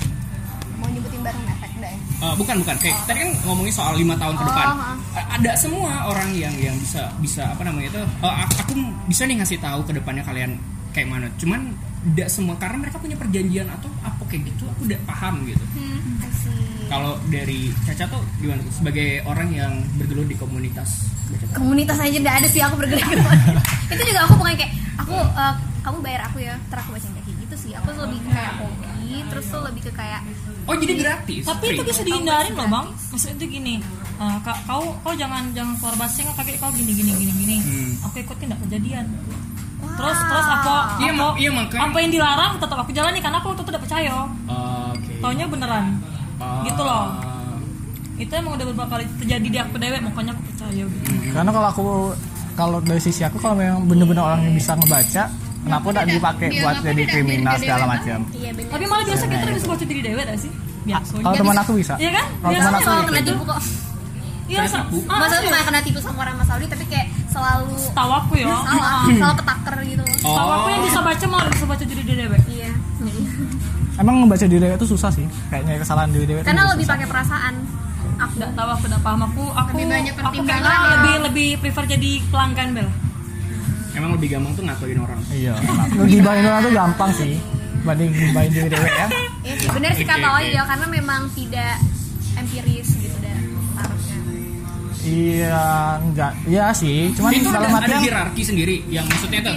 S6: Mau nyebutin barum efek enggak ya?
S1: Eh, bukan bukan kayak tadi kan ngomongin soal lima tahun ke
S6: Oh,
S1: depan
S6: ha.
S1: Eh, ada semua orang yang yang bisa bisa apa namanya itu eh, aku- aku bisa nih ngasih tahu ke depannya kalian kayak mana cuman tidak semua karena mereka punya perjanjian atau apa kayak gitu aku udah paham gitu
S5: Hmm.
S6: I see.
S1: kalau dari Caca tuh gimana tuh? sebagai orang yang bergelut di komunitas baca tarot?
S6: komunitas aja udah ada sih aku bergerak-gerak itu juga aku bukan kayak aku eh, kamu bayar aku ya terus aku bacain kayak gitu sih aku tuh lebih ke kayak hobi terus tuh lebih ke kayak
S1: oh jadi gratis
S5: Tapi itu
S1: free.
S5: bisa dihindarin loh bang. Maksudnya itu gini, uh, kak, kau kau jangan jangan keluar basi nggak kakek kau gini gini gini gini.
S1: Hmm.
S5: Aku ikutin nggak kejadian.
S6: wow.
S5: Terus terus aku
S1: Iya,
S5: aku-
S1: mak- iya, makanya.
S5: apa yang dilarang tetap aku jalani karena aku waktu itu udah percaya. Oh.
S1: Oke.
S5: Taunya beneran.
S1: Ah.
S5: Gitu loh. Itu emang udah beberapa kali terjadi di aku dewek makanya aku percaya gitu.
S3: Karena kalau aku kalau dari sisi aku kalau memang bener-bener orang yang bisa ngebaca, kenapa tidak dipakai
S2: Iya,
S3: buat
S2: kenapa
S3: jadi
S2: tidak
S3: kriminal
S2: jadi
S3: segala
S2: dewa?
S3: macam?
S6: iya bener
S5: Tapi malah biasa kita bisa baca diri dewek gak sih? Iya, Biasanya.
S3: Kalau teman aku bisa.
S5: Iya kan?
S3: Kalau teman
S5: Biasanya
S3: aku
S6: selalu
S3: gitu.
S6: kena tipu kok
S5: Iya,
S1: Saya
S5: sa-
S1: sapu.
S5: ah,
S6: maksudnya bukan kena tipu sama orang Mas Aldi tapi kayak selalu
S5: Tahu aku ya.
S6: salah selalu ketaker gitu
S1: Oh,
S5: Tahu aku yang bisa baca malah bisa baca diri dia dewek.
S6: iya
S3: Emang ngebaca diri dewa itu susah sih. Kayaknya kesalahan diri dewa itu
S6: karena
S3: juga
S6: lebih
S3: susah.
S6: pakai perasaan aku
S5: Enggak tahu aku enggak paham aku aku
S2: Lebih banyak
S5: aku
S2: pertimbangan
S5: kayaknya
S2: ya.
S5: lebih lebih prefer jadi pelanggan bel.
S1: Emang lebih gampang tuh ngakuin orang.
S3: Iya. Lu gibahin orang tuh gampang sih. Banding gibahin diri dewa ya.
S6: iya sih bener sih
S1: Oke,
S6: kata
S1: oke.
S6: Oyo karena memang tidak empiris gitu dan tarotnya
S3: Iya, enggak. Iya sih. Cuman
S1: itu ada,
S3: dalam
S1: ada
S3: artian
S1: hierarki sendiri yang maksudnya tuh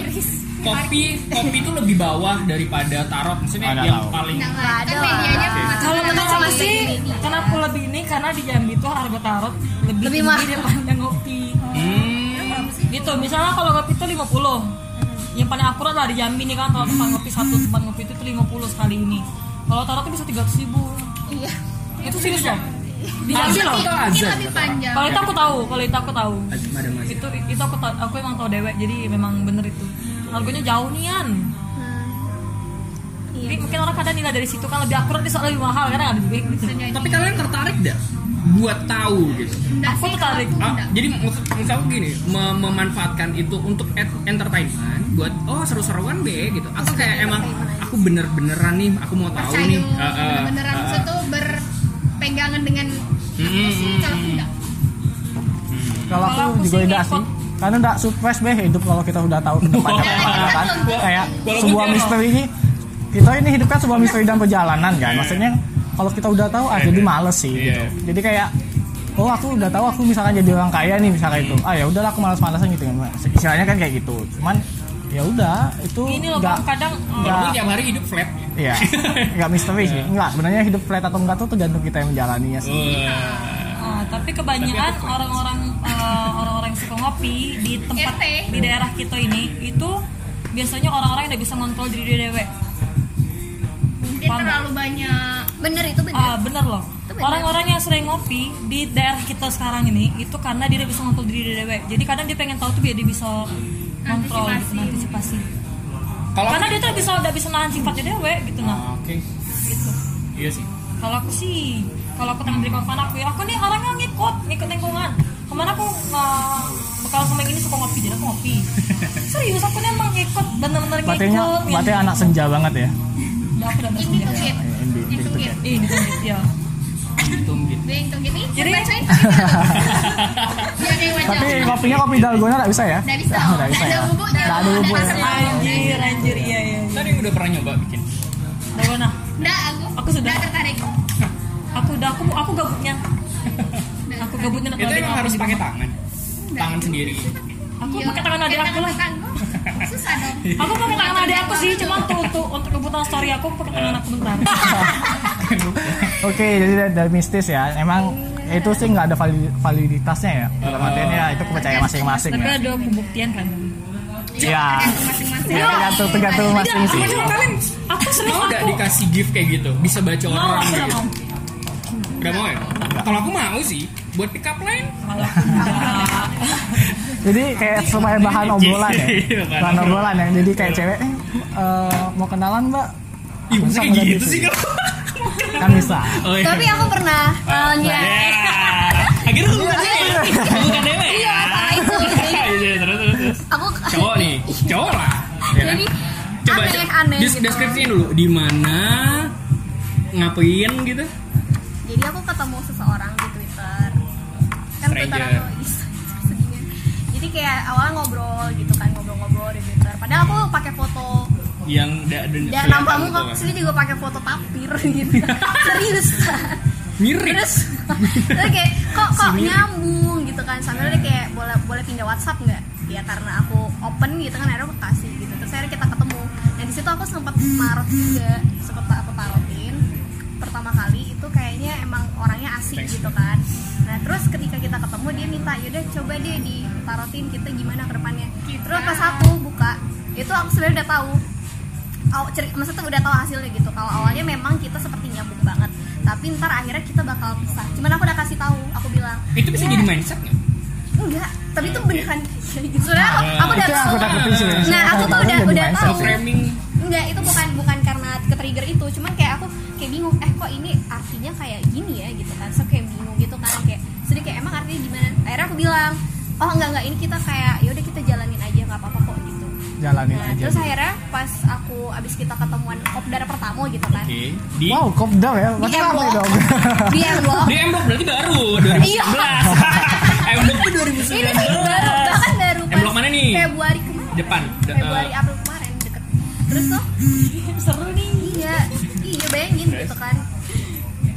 S1: kopi kopi itu lebih bawah daripada tarot maksudnya
S3: Ada
S1: yang
S3: tahu.
S1: paling
S2: Nggak
S6: Nggak
S2: lah,
S6: ada Iya,
S2: kan
S6: lah.
S2: medianya
S1: Oke.
S2: macam-macam.
S5: Kalau menurut aku
S6: lebih
S5: sih
S6: ini.
S5: kenapa lebih ini karena di Jambi itu harga tarot lebih
S6: Lebih
S5: tinggi
S6: mahal.
S5: daripada ngopi.
S1: hmm,
S5: Gitu, misalnya kalau ngopi itu 50 yang paling akurat lah di Jambi nih kan kalau tempat ngopi satu tempat ngopi itu 50 sekali ini kalau tarot itu bisa 300 ribu
S6: iya
S5: itu serius loh di Jambi loh
S1: Itu
S2: mungkin
S1: azan,
S2: lebih
S1: kata orang.
S2: panjang
S5: kalau itu aku tahu kalau itu aku tahu
S1: Azan, madam, azan.
S5: itu itu aku tahu aku emang tahu dewek jadi memang bener itu harganya jauh nian
S6: Nah,
S5: jadi mungkin orang kadang nilai dari situ kan lebih akurat dia soalnya lebih mahal karena nggak ada duit gitu.
S1: tapi kalian tertarik dah buat tahu gitu
S5: aku tertarik
S1: Ah, jadi maksud, maksud aku gini mem- memanfaatkan itu untuk ed- entertainment buat oh seru-seruan be gitu atau kayak emang aku bener-beneran nih aku mau tahu
S2: percaya
S1: nih Ah, ah, ah,
S2: beneran
S1: ah.
S2: maksudnya tuh berpegangan dengan aku
S1: Mm,
S2: sih
S1: mm,
S2: kalau
S1: mm.
S2: enggak
S3: kalau aku
S5: Kalau aku
S3: juga
S5: sih
S3: tidak
S5: ngikut.
S3: sih. Karena enggak surprise deh hidup kalau kita udah tahu ke depannya
S1: Wah.
S3: bakal apa.
S1: Wah.
S3: kan. Kayak
S1: Iya, Walaupun
S3: sebuah
S1: dia-
S3: misteri ini kita ini hidup kan sebuah misteri dan perjalanan kan. Maksudnya kalau kita udah tahu ah
S1: Iya,
S3: jadi
S1: iya.
S3: males sih
S1: Iya,
S3: gitu.
S1: iya.
S3: Jadi kayak oh aku udah tahu aku misalkan jadi orang kaya nih misalkan itu. Ah ya udahlah aku malas-malasan gitu kan. Istilahnya kan kayak gitu. Cuman ya udah itu
S5: ini loh
S3: nggak
S5: bang kadang eh,
S1: kan. Walaupun tiap hari hidup flat. ya.
S3: Iya, nggak misteri
S1: Iya.
S3: sih. Enggak, sebenarnya hidup flat atau enggak tuh tergantung kita yang ya. menjalaninya sih.
S1: Wah.
S5: eh, tapi kebanyakan orang-orang eh, orang-orang yang suka ngopi di tempat
S2: RT.
S5: di daerah kita ini itu biasanya orang-orang yang udah bisa ngontrol diri dia dewe
S2: mungkin
S5: Paham.
S2: terlalu banyak
S6: bener itu bener
S5: Ah, bener loh.
S6: bener.
S5: Orang-orang yang sering ngopi di daerah kita sekarang ini itu karena dia bisa ngontrol diri dia dewe. Jadi kadang dia pengen tahu tuh biar dia bisa kontrol gitu, antisipasi.
S1: Kalau
S5: Karena dia tuh bisa udah bisa nahan sifatnya dewe gitu nah.
S1: Ah, Oke.
S5: Gitu.
S1: Iya sih.
S5: Kalau aku sih, kalau aku teman dari kawan aku ya, aku nih orangnya ngikut, ngikut lingkungan. Kemana aku nggak bekal sama yang ini suka ngopi, jadi aku ngopi. Serius, aku nih emang ngikut, bener-bener ngikut.
S3: Berartinya,
S5: ngikut.
S3: berarti
S6: iya.
S3: anak senja banget ya.
S5: Udah, Iya, aku udah
S1: Gitu
S2: ini tungguin ini tungguin
S3: Yang di-
S5: bersedia. Ih, gitu, gitu, ya.
S1: gitu.
S2: gue yang tungguin nih
S5: Jadi-
S2: jadi bacain tadi. Biar dia
S3: Tapi
S2: wajah.
S3: kopinya kopi dalgona nggak bisa ya?
S2: Nggak bisa.
S5: Oh,
S3: Nggak bisa ya.
S2: Nggak ada bubuknya.
S3: Nggak
S2: Nggak
S3: ada
S2: ada
S3: bubuk.
S2: rasa.
S5: Anjir, anjir, iya, iya. iya.
S1: Tadi udah pernah nyoba bikin.
S5: Udah, Bona.
S2: Nggak, aku
S5: Aku sudah.
S2: nggak tertarik
S5: aku udah aku aku gabutnya aku gabutnya
S1: Itu
S5: apalagi
S1: emang
S5: aku
S1: harus
S5: di
S1: pakai
S5: rumah.
S1: tangan. Tangan sendiri.
S5: aku
S2: Iya,
S5: pakai tangan adik
S2: pakai
S5: aku lah
S2: tangan aku. susah dong
S5: aku pakai tangan adik aku sih cuma tuh tuh untuk kebutuhan story aku pakai tangan aku bentar
S3: Oke, jadi dari, dari mistis ya. Emang itu sih nggak ada vali- validitasnya ya.
S1: Iya.
S3: Dalam artian ya itu kepercayaan masing-masing
S5: tapi
S3: ya.
S5: ada pembuktian kan
S3: Iya.
S2: tergantung masing-masing
S3: Ya, tergantung tergantung
S6: Iya.
S3: masing sih.
S5: aku cuma kalian aku serius
S1: Mau nggak
S5: aku
S1: dikasih gift kayak gitu? Bisa baca
S5: mau
S1: orang
S5: aku udah
S1: gitu.
S5: mau
S1: Udah mau ya? Kalau aku mau sih buat pick up line.
S5: kalau aku udah
S3: Jadi
S6: Iya.
S3: kayak supaya bahan obrolan ya.
S1: Iya, bahan
S3: Bahan obrolan ya. Jadi kayak cewek eh, eh, mau kenalan, Mbak?
S1: Ih,
S3: Bisa
S1: maksudnya kayak
S3: nggak
S1: gitu
S3: gitu?
S1: sih kalau.
S3: Kan bisa.
S1: Oh, iya.
S6: tapi aku pernah eh,
S1: Ya.
S6: awalnya
S1: Akhirnya lu bukan dewe. Lu bukan dewe. Iya,
S6: itu.
S1: Iya, terus terus. terus.
S6: aku
S1: Cowok nih, cowok lah. Ya kan?
S6: jadi
S1: Coba
S6: aneh aneh
S1: dis-
S6: gitu.
S1: deskripsiin dulu di mana ngapain gitu.
S6: jadi aku ketemu seseorang di Twitter kan Twitter
S1: Stranger.
S6: aku is- sedihnya. jadi kayak awalnya ngobrol gitu kan ngobrol-ngobrol di Twitter padahal aku pakai foto
S1: Yang da- da-
S6: dan
S1: kelihatan
S6: nama
S1: gitu
S6: muka
S1: kan.
S6: sini juga pakai foto tapir gitu serius
S1: Mirip.
S6: terus terus kayak kok kok
S1: Sendiri.
S6: nyambung gitu kan sambil dia kayak boleh boleh pindah WhatsApp nggak ya karena aku open gitu kan akhirnya aku kasih gitu terus akhirnya kita ketemu dan di situ aku sempat parot juga sempat aku parotin pertama kali itu kayaknya emang orangnya asik
S1: Thanks.
S6: gitu kan nah terus ketika kita ketemu dia minta yaudah coba deh diparotin kita gimana ke depannya terus pas aku buka itu aku sebenarnya udah tahu aw, ceri- maksudnya udah tahu hasilnya gitu kalau awalnya memang kita seperti nyambung banget tapi ntar akhirnya kita bakal pisah cuman aku udah kasih tahu aku bilang
S1: Itu bisa
S6: "Ya,
S1: jadi mindset nggak?
S6: enggak tapi itu beneran sebenarnya aku, aku udah
S3: Itu yang aku
S6: tahu
S3: takutin sih.
S6: nah aku tuh udah udah tahu
S1: Framing
S6: enggak itu bukan bukan karena ke trigger itu cuman kayak aku kayak bingung eh kok ini artinya kayak gini ya gitu kan so kayak bingung gitu kan kayak sedih kayak emang artinya gimana akhirnya aku bilang oh enggak enggak ini kita kayak yaudah kita jalanin aja nggak apa-apa kok gitu
S3: Jalanin
S6: Nah,
S3: aja. gitu.
S6: terus akhirnya pas aku abis kita ketemuan kopdar pertama gitu kan.
S1: Oke. Di
S3: Wow, kopdar ya.
S6: Di
S3: Berarti
S6: M
S3: rame
S6: Block.
S3: dong.
S6: Di M Block.
S1: di M-Block berarti baru
S6: Iya.
S1: 2011. M-Block tuh 2019.
S6: Ini sih baru bahkan baru
S1: M Block mana nih?
S6: Februari kemarin.
S1: Depan. De-
S6: Februari
S1: eh.
S6: April kemarin deket. Terus tuh
S5: seru nih
S6: iya iya bayangin
S1: Terus?
S6: gitu kan.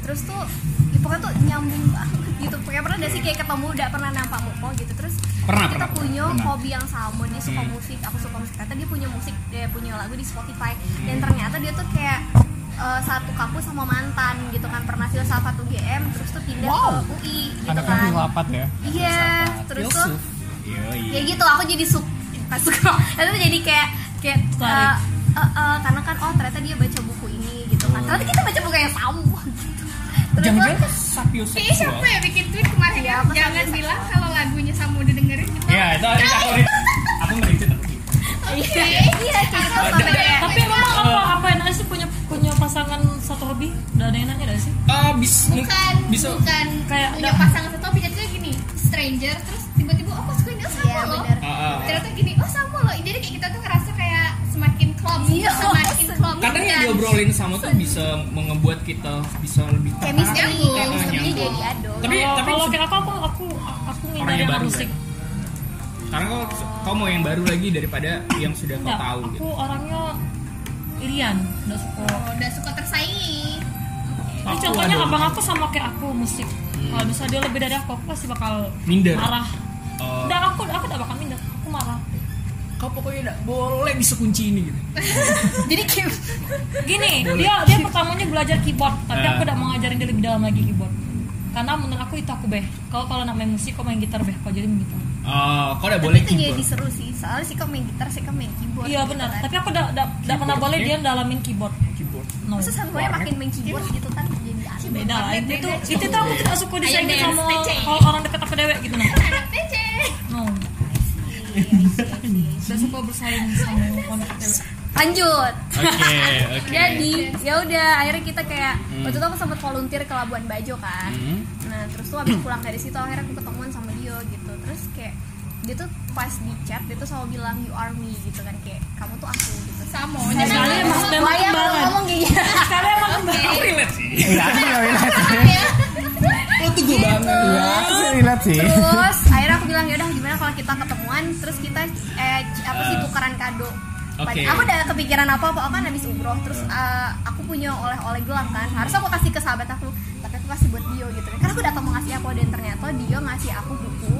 S6: Terus tuh ya pokoknya tuh nyambung banget gitu. Pokoknya pernah ada sih kayak ketemu udah pernah nampak muka gitu. Terus
S1: Pernah,
S6: kita
S1: pernah,
S6: punya
S1: pernah. Hmm.
S6: hobi yang sama dia suka musik aku suka musik ternyata dia punya musik dia punya lagu di Spotify dan ternyata dia tuh kayak eh, satu kampus sama mantan gitu kan pernah filsafat UGM terus tuh pindah ke UI gitu
S3: Anak
S6: kan
S3: kaki lapat ya.
S6: iya terus tuh
S1: Yusuf. Yoi.
S6: ya gitu aku jadi suk pas suka ternyata jadi kayak kayak
S5: Tertarik.
S6: eh, eh, eh, karena kan oh ternyata dia baca buku ini gitu kan ternyata kita baca buku yang sama gitu terus
S1: Jangan-jangan
S6: tuh-
S1: kan sapiosexual.
S2: Kayaknya siapa ya bikin tweet kemarin
S6: Iya,
S2: ya?
S6: aku
S2: Jangan
S6: sampai-
S2: bilang kalau lagunya sama udah dengerin kita.
S1: Ya, itu aku aku aku merinci aku.
S6: iya iya kayak gitu
S1: Ada-
S6: sampai
S2: ya.
S6: kayak-
S5: tapi emang apa apa enaknya sih punya punya pasangan satu lebih udah ada enaknya gak sih
S1: Ah, bis
S2: Bukan,
S1: bisa
S2: bukan
S5: Kayak
S2: punya
S5: ada-
S2: pasangan satu tapi jatuhnya gini, stranger terus tiba-tiba oh kok sukanya sama
S6: Iya,
S2: loh.
S6: bener.
S1: Ah, ah.
S2: Ternyata gini, oh sama loh. Jadi kayak kita tuh ngerasa kayak semakin klop,
S6: Iya.
S2: semakin gitu. klop.
S1: kadang
S6: kan
S1: yang diobrolin sama tuh bisa membuat kita bisa lebih tertarik.
S6: chemistry
S2: Nyambung,
S6: chemistry
S1: nyambung.
S6: jadi ado
S1: Tapi-
S5: kalau
S1: tapi-
S5: kalau kayak aku aku aku aku
S1: Orang
S5: ngindari
S1: yang
S5: anak
S1: baru
S5: musik
S1: kan? Karena kau, kau mau yang baru lagi daripada yang sudah kau
S5: Enggak,
S1: tahu
S5: aku
S1: gitu.
S5: orangnya irian udah suka
S2: udah suka tersaingi.
S5: Ini
S1: Aku
S5: contohnya
S1: ada-
S5: abang aku sama kayak aku musik. Kalau misalnya dia lebih dari aku, aku pasti bakal
S1: Minder.
S5: marah.
S1: Oh,
S5: Udah aku, aku udah bakal minder. Aku marah.
S1: kau pokoknya tidak boleh bisa kunci ini gitu
S6: jadi kayak
S5: gini dia dia pertamanya belajar keyboard
S1: Ah.
S5: tapi
S3: Eh.
S5: aku tidak mau ngajarin dia lebih dalam lagi keyboard karena menurut aku itu aku beh kalau kalau nak main musik kau main gitar beh kau jadi main gitar
S1: oh kau tidak
S6: tapi
S1: boleh
S2: Iya,
S6: itu jadi
S1: keyboard
S6: seru sih soalnya sih kau main gitar sih kau main keyboard
S5: iya
S6: gitu
S5: benar
S6: kan.
S5: tapi aku tidak pernah boleh
S3: ya?
S5: dia dalamin keyboard
S1: keyboard
S5: no
S6: masa semuanya makin main keyboard gitu kan jadi aneh.
S5: beda lah itu itu itu tuh aku tidak suka
S6: Ayo
S5: disayangin
S6: dance,
S5: sama
S6: Tece.
S5: kalau orang dekat aku dewek gitu
S2: Iya, Kan
S5: nah
S6: anak PC
S5: no tidak suka bersaing sama orang dekat dewek
S6: lanjut
S1: oke oke
S6: jadi ya udah akhirnya kita kayak waktu itu aku sempat volunteer ke Labuan Bajo kan
S1: Hmm.
S6: nah terus tuh abis pulang dari situ akhirnya aku ketemuan sama dia gitu terus kayak dia tuh pas di chat dia tuh selalu bilang you are me gitu kan kayak kamu tuh aku gitu sama
S5: sekali emang sudah
S6: layak
S5: makin
S6: kalau
S5: banget.
S6: ngomong kayak gitu
S5: sekali emang
S1: Aku relate sih
S3: Iya, aku nggak relate.
S1: oh tuh gue banget
S3: Iya, aku relate sih.
S6: terus akhirnya aku bilang yaudah gimana kalau kita ketemuan terus kita eh c- apa sih
S1: Eh.
S6: tukaran kado
S1: Oke.
S6: Aku udah kepikiran apa apa kan habis umroh terus eh, aku punya oleh-oleh gelang kan harus aku kasih ke sahabat aku tapi aku kasih buat Dio gitu karena aku udah tau mau ngasih apa dan ternyata Dio ngasih aku buku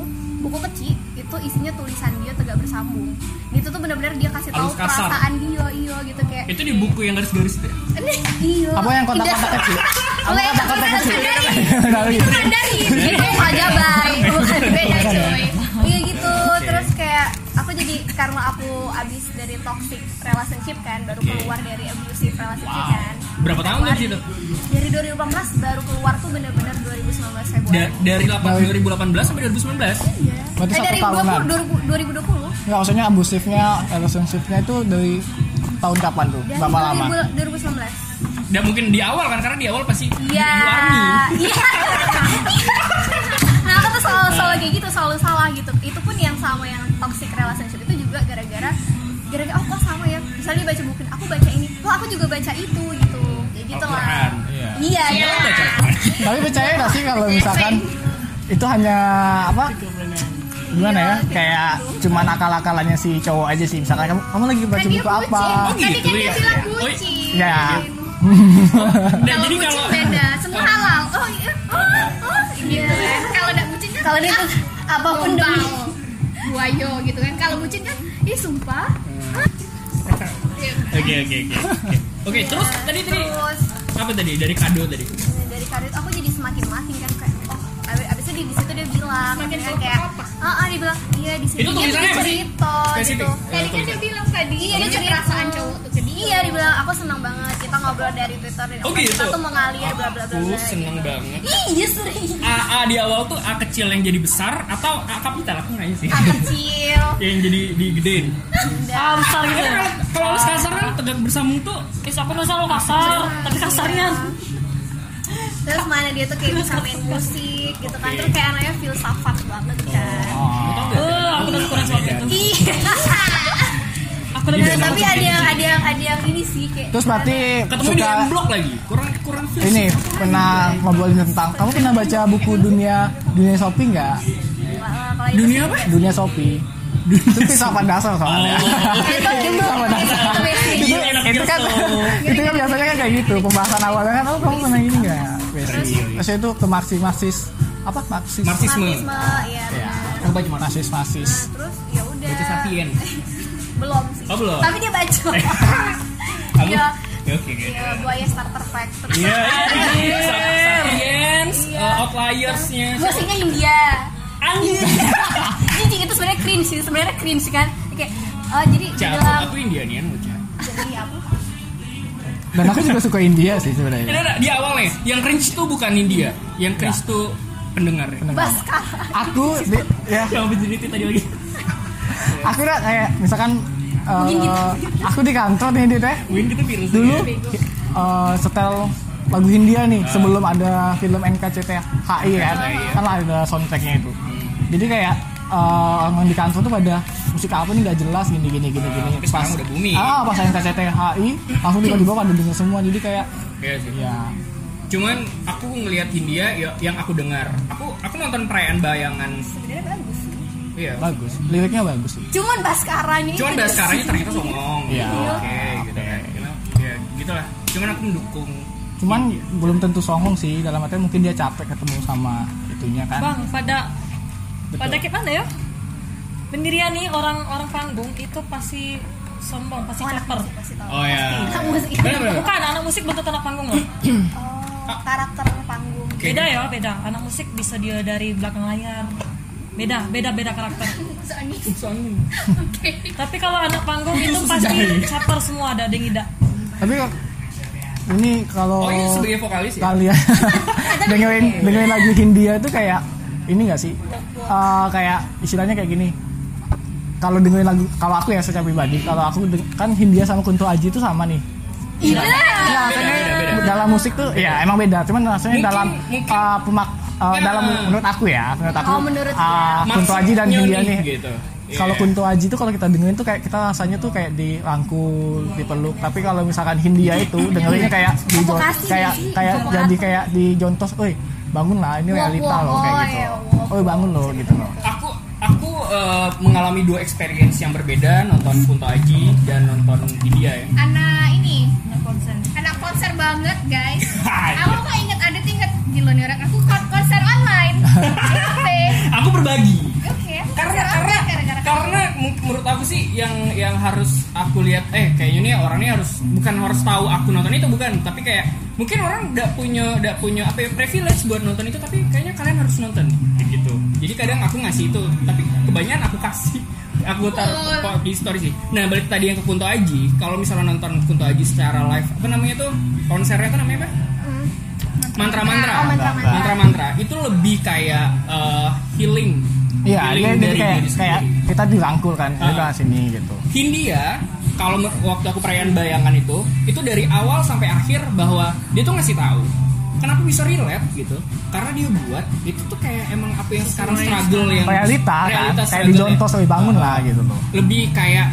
S6: buku kecil itu isinya tulisan Dio tegak bersambung itu tuh bener-bener dia kasih tahu
S1: Halus kasar.
S6: perasaan Dio Dio gitu kayak
S1: itu di buku yang garis-garis itu ya?
S6: ini Dio
S3: Apa yang kotak-kotak
S6: Tidak-
S3: kecil?
S6: Apa yang
S3: kotak-kotak
S6: kotak-kotak
S3: kecil?
S6: kecil?
S3: Dari
S6: dari itu aja bye bukan beda cuy iya gitu terus kayak aku jadi karena aku abis dari toxic relationship kan baru
S1: Oke.
S6: keluar dari abusive relationship
S1: Wow.
S6: kan
S1: Berapa tahun dari situ?
S6: dari 2018 baru keluar tuh bener-bener 2019 Februari
S1: Da- dari 8 2018 sampai 2019
S6: Iya.
S3: Berarti
S6: Eh,
S3: satu
S6: dari
S3: tahunan.
S6: 20, 2020
S3: Nggak, maksudnya abusifnya, relationshipnya itu dari tahun kapan tuh?
S6: dari
S3: Berapa lama?
S6: 2000 2019
S1: dan mungkin di awal kan karena di awal pasti
S6: Iya.
S1: you are me.
S6: Iya. nah aku tuh selalu selalu kayak gitu, selalu salah gitu. Itu pun yang sama yang toxic relationship itu juga gara-gara gara-gara oh kok sama ya. Misalnya dia baca buku, aku baca ini, oh aku juga baca itu gitu. Ya gitu lah.
S1: Al-Quran,
S3: iya.
S6: Iya, iya.
S1: Kamu baca Al-Quran?
S3: Tapi percaya nggak sih kalau misalkan itu hanya apa? Gimana
S6: Iya,
S3: ya? Kayak
S6: gitu.
S3: cuman akal-akalannya si cowok aja sih. Misalkan kamu, kamu lagi baca
S6: Kan dia
S3: buku apa?
S6: bucin. Tadi kan
S1: gitu
S6: dia
S1: ya.
S6: bilang
S1: Oh,
S6: bucin.
S3: Ya.
S1: dan
S6: Kalau
S1: jadi
S6: bucin
S1: kalau
S6: beda, semua halal. Oh iya, oh, oh iya. Kalau enggak bucin kan kalau dia apapun demi buayo gitu kan. Kalau bucin kan, ih sumpah.
S1: oke oke oke oke oke terus tadi tadi
S6: Terus
S1: apa tadi dari kado tadi
S6: Nah, dari karir aku jadi semakin makin kan kayak oh ab- abis itu di di situ dia bilang semakin kayak ah ah, dia bilang iya di sini
S1: Itu
S6: dia
S1: tulisannya
S6: tuh
S1: apa sih?
S6: cerita
S1: Spesifik.
S6: gitu
S1: Eh, Tadi kan tulisan. dia
S6: bilang tadi iya dia cerita perasaan cowok tuh ke dia iya dia bilang aku senang banget kita ngobrol dari twitter dan
S1: Oh,
S6: apa, kita
S1: gitu.
S6: tuh mengalir bla bla bla
S1: aku
S6: bla
S1: seneng banget
S6: iya serius
S1: AA di awal tuh A kecil yang jadi besar atau A kapital aku nanya sih
S6: Ah, kecil Oh, iya.
S1: yang jadi digedein
S5: ah
S6: dan
S5: besar gitu ya.
S1: Kan kalau harus kasar kan tegak bersambung tuh
S5: Is aku nusa lo kasar tapi kan kasarnya
S6: terus mana dia tuh kayak bisa main musik gitu kan terus kayak anaknya filsafat banget kan
S1: kamu tau gak
S5: eh aku udah kurang sama itu
S6: iya
S5: aku udah kurang
S6: tapi ada yang
S1: gitu.
S6: ada yang ada yang ini sih kayak
S3: Terus berarti
S1: ketemu di
S3: suka
S1: blok lagi kurang kurang feel
S3: ini pernah ngobrolin tentang kamu pernah baca buku dunia dunia Shopee nggak?
S6: kalau itu
S1: dunia apa
S3: Dunia Shopee. Itu filsafat dasar soalnya.
S1: Iya,
S3: Itu filsafat dasar. Itu,
S1: Gila, Oh. enak gitu.
S3: itu kan
S1: filsafat.
S3: itu kan biasanya kan kayak gitu pembahasan awalnya kan oh kamu pernah ini nggak? Terus terus itu ke Marxis Marxis apa Marxis?
S1: marxisme
S6: Marxisme, iya
S3: Ya,
S6: benar.
S3: aku baca Marxis Marxis.
S6: Nah, terus ya udah.
S1: Baca Sapien.
S6: belum sih.
S1: Oh, belum.
S6: Tapi dia baca.
S1: kamu
S6: Iya.
S1: Ya, oke oke
S6: Iya, buaya starter pack. Terus
S1: Iya, iya, Sapiens,
S6: Iya.
S1: uh, Outliers-nya.
S6: musiknya India.
S1: Angin.
S6: Iya. Jadi itu sebenarnya cringe sih, sebenarnya cringe kan. Oke. Oh, jadi di
S1: Cak,
S6: dalam
S1: aku Indianian mau Cak.
S6: jadi apa?
S3: Dan aku juga suka India sih
S1: Ini
S3: sebenarnya.
S1: ada di awalnya, yang cringe tuh bukan India, yang cringe tuh pendengar. ya.
S6: Baskara.
S3: Aku di- ya
S1: Kenapa jadi itu tadi lagi?
S3: aku udah kayak misalkan eh,
S1: gitu.
S3: aku di kantor nih dia teh
S1: Win kita virus
S3: dulu
S1: ya.
S3: eh, setel lagu Hindia
S1: Ah.
S3: nih sebelum ada film NKCTHI
S1: ya.
S3: kan kan ada soundtracknya itu jadi kayak eh, orang di kantor tuh pada musik apa nih gak jelas gini gini gini gini
S1: tapi sekarang udah booming.
S3: ah pas NKCTHI langsung tiba-tiba pada denger semua jadi kayak
S1: Iya sih.
S3: ya
S1: Cuman aku ngelihat India ya- yang aku dengar. Aku aku nonton perayaan bayangan.
S6: Sebenarnya bagus. sih.
S1: Iya.
S3: bagus liriknya bagus sih
S6: Cuman Baskaranya itu
S1: Cuman
S6: juga
S1: dasarnya ternyata songong.
S3: Iya.
S1: Oke, gitu kan. Ya, gitu lah. Cuman aku mendukung.
S3: cuman belum tentu songong sih dalam artian mungkin
S5: iya.
S3: dia capek ketemu sama itunya kan
S5: bang pada pada kita mana ya pendirian nih orang orang panggung itu pasti sombong pasti caper
S1: Oh ya.
S6: Kamu sih.
S1: Benar benar.
S5: bukan anak musik bentuk anak panggung loh
S6: Oh, karakter panggung.
S5: beda ya beda anak musik bisa dia dari belakang layar beda beda beda karakter
S2: soalnya
S5: tapi kalau anak panggung itu pasti caper semua ada dengida
S3: Tapi kok- ini kalau
S1: Oh ini sebagai vokalis ya?
S3: kalian dengerin dengerin lagu Hindia itu kayak ini gak sih Eh, kayak istilahnya kayak gini kalau dengerin lagu kalau aku ya secara pribadi kalau aku deng- kan Hindia sama Kunto Aji itu sama nih Iya,
S1: Beda,
S3: karena
S1: beda, beda.
S3: dalam musik tuh ya emang beda cuman maksudnya
S1: Mungkin-
S3: dalam
S1: mungkin-
S3: eh, pemak eh,
S1: Ya.
S3: dalam menurut aku ya menurut aku
S6: Oh, menurut
S3: eh, Kunto Aji dan
S1: Maksudnya
S3: Hindia nih
S1: Gitu. Iya.
S3: kalau Kunto Aji tuh kalau kita dengerin tuh kayak kita rasanya tuh kayak dirangkul, dipeluk. Tapi kalau misalkan Hindia itu dengerinnya kayak di
S6: Advokasi
S3: kayak
S6: nggak sih?
S3: kayak
S6: Advokasi.
S3: jadi kayak dijontos, "Oi, bangunlah, ini
S6: Wow,
S3: realita
S6: wow,
S3: loh," kayak
S6: wow,
S3: gitu.
S6: ya, wow.
S3: "Oi, bangun loh," gitu loh.
S1: aku aku eh, mengalami dua experience yang berbeda nonton Kunto Aji dan nonton India ya.
S2: anak ini
S5: anak konsen
S2: anak konser banget guys
S1: Hai.
S2: aku kok inget ada tingkat gila nih orang aku kon- konser online Di HP
S1: Aku berbagi.
S2: oke aku
S1: karena
S2: konser
S1: karena
S2: online gara-gara
S1: karena mu- menurut aku sih yang yang harus aku lihat eh kayaknya nih orangnya harus bukan harus tahu aku nonton itu bukan tapi kayak mungkin orang nggak punya nggak punya apa ya, privilege buat nonton itu tapi kayaknya kalian harus nonton kayak gitu jadi kadang aku ngasih itu tapi kebanyakan aku kasih aku taruh po- di story sih nah balik tadi yang ke Kunto Aji kalau misalnya nonton Kunto Aji secara live apa namanya tuh konsernya tuh namanya apa mantra-mantra
S6: Oh, mantra-mantra.
S1: mantra-mantra itu lebih kayak eh, healing
S3: Iya,
S1: Healing
S3: dia jadi
S1: dari
S3: kayak
S1: diri
S3: kayak
S1: sendiri.
S3: kita dirangkul kan,
S1: Ah.
S3: kita sini gitu.
S1: Hindia kalau me- waktu aku perayaan bayangan itu itu dari awal sampai akhir bahwa dia tuh ngasih tahu kenapa bisa relate gitu karena dia buat itu tuh kayak emang apa yang sekarang struggle yang
S3: Realita kan,
S1: realitas
S3: kayak
S1: struggle
S3: dijontos,
S1: ya.
S3: "Oi, bangun lah," gitu loh.
S1: lebih kayak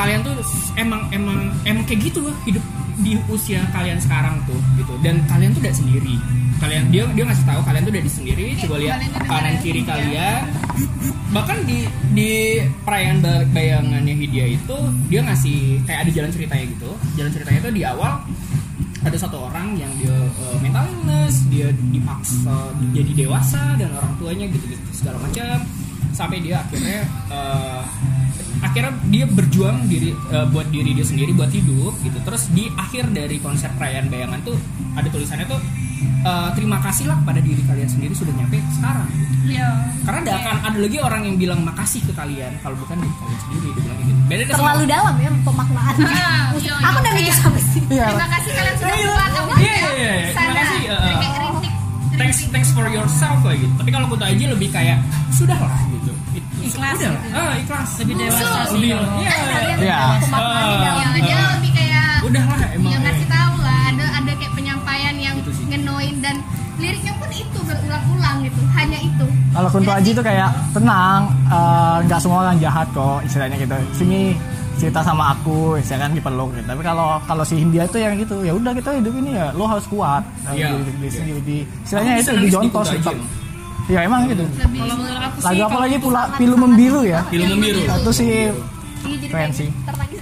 S1: kalian tuh emang emang emang kayak gitu loh hidup di usia kalian sekarang tuh gitu dan kalian tuh udah sendiri kalian dia dia ngasih tahu kalian tuh udah di sendiri coba lihat kanan kiri kalian bahkan di di perayaan ba- bayangannya Hidia itu dia ngasih kayak ada jalan ceritanya gitu jalan ceritanya itu di awal ada satu orang yang dia eh, mental illness dia dipaksa jadi dewasa dan orang tuanya gitu gitu segala macam sampai dia akhirnya eh, akhirnya dia berjuang diri eh, buat diri dia sendiri buat hidup gitu terus di akhir dari konsep perayaan bayangan tuh ada tulisannya tuh eh, terima kasihlah kepada diri kalian sendiri sudah nyampe sekarang gitu
S5: iya
S1: karena gak akan ada lagi orang yang bilang makasih ke kalian kalau bukan diri kalian sendiri dia bilang gitu beda deh sama-
S6: Terlalu dalam ya pemaknaan.
S2: Ah, iya, iya.
S6: Aku udah mikir sampai sini.
S3: Iya.
S2: terima kasih kalian sudah buat apa
S1: Iya, iya, iya. Terima kasih, eh, eh.
S2: nah. kayak rintik
S1: thanks thanks for yourself lah gitu tapi kalau Kunto Aji lebih kayak sudah lah gitu
S5: Ikhlas
S1: udah
S5: gitu.
S1: lah ah, ikhlas
S5: lebih dewasa sih
S1: lebih
S5: kalau-
S1: iya
S3: Iya.
S6: Pemaknaannya
S1: Ah.
S6: dalam.
S2: ya dia lebih kayak
S1: udah lah emang
S2: yang ngasih tahu lah ada ada kayak penyampaian yang
S1: Gitu sih.
S2: ngenoin dan liriknya pun itu berulang-ulang gitu hanya itu
S3: Kalau Kunto Aji tuh kayak tenang, eh, nggak semua orang jahat kok, istilahnya gitu. Sini cerita sama aku, misalkan dipeluk gitu. Tapi kalau kalau si Hindia tuh yang gitu, ya udah kita hidup ini ya lo harus kuat.
S1: Iya.
S3: Di, di, di, di, di-
S1: Aku
S3: istilahnya itu
S1: bisa
S3: di
S1: nangis di
S3: jontos
S1: Kunto Aji
S3: gitu.
S1: emang.
S3: Ya emang gitu.
S2: lebih
S5: kalau menurut aku sih
S3: Lagu apa
S5: kalau
S3: lagi pula pilu membiru ya?
S1: film biru
S3: Itu sih
S6: Iya, jadi
S3: Keren
S6: kayak
S3: sih.
S6: tertangis.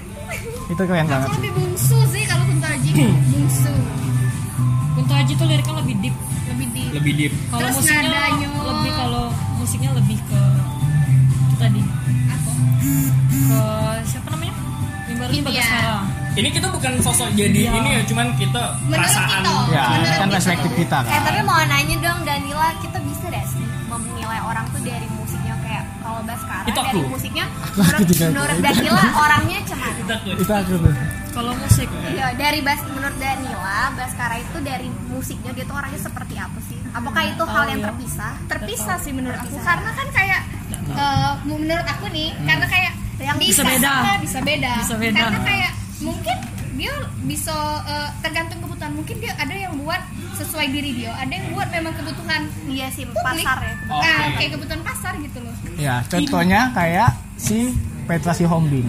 S3: itu keren banget.
S2: aku lebih bungsu sih kalau Kunto Aji bungsu
S5: Kunto Aji tuh liriknya lebih deep
S2: lebih di
S1: lebih deep
S5: kalau
S2: Terus
S5: musiknya
S2: nadanya.
S5: lebih kalau musiknya lebih ke itu tadi
S2: apa
S5: ke siapa namanya Mimbar
S6: Iya.
S2: India.
S5: Bagas Sarah
S1: ini kita bukan sosok jadi
S5: Iya.
S1: ini ya cuman kita
S2: Menurut
S1: perasaan
S2: kita.
S3: Ya,
S2: Beneran
S3: itu kan
S2: gitu.
S3: perspektif kita
S6: Eh
S3: kan.
S6: tapi mau nanya dong Danila, kita bisa deh sih menilai orang tuh dari musiknya kayak kalau Baskara
S1: Itu aku.
S6: dari musiknya
S3: aku
S6: menurut,
S3: juga.
S6: menurut Danila orangnya cemana?
S3: Itu aku tuh.
S5: kalau musik
S6: Iya dari Bas menurut Danila Baskara itu dari musiknya dia tuh orangnya seperti apa sih? Apakah itu hal
S5: tahu
S6: yang
S5: ya.
S6: terpisah?
S2: terpisah sih menurut aku karena kan kayak eh, menurut aku nih karena kayak
S6: Yang
S5: Nah. Hmm. bisa beda.
S2: sama, bisa beda
S5: Bisa beda.
S2: karena kayak mungkin dia bisa eh, tergantung kebutuhan mungkin dia ada yang buat sesuai diri dia ada yang buat memang kebutuhan
S6: Iya sih
S2: publik
S6: pasar ya.
S1: Oke.
S2: Ah, kayak kebutuhan pasar gitu loh
S3: Ya, contohnya kayak si Petra Sihombing.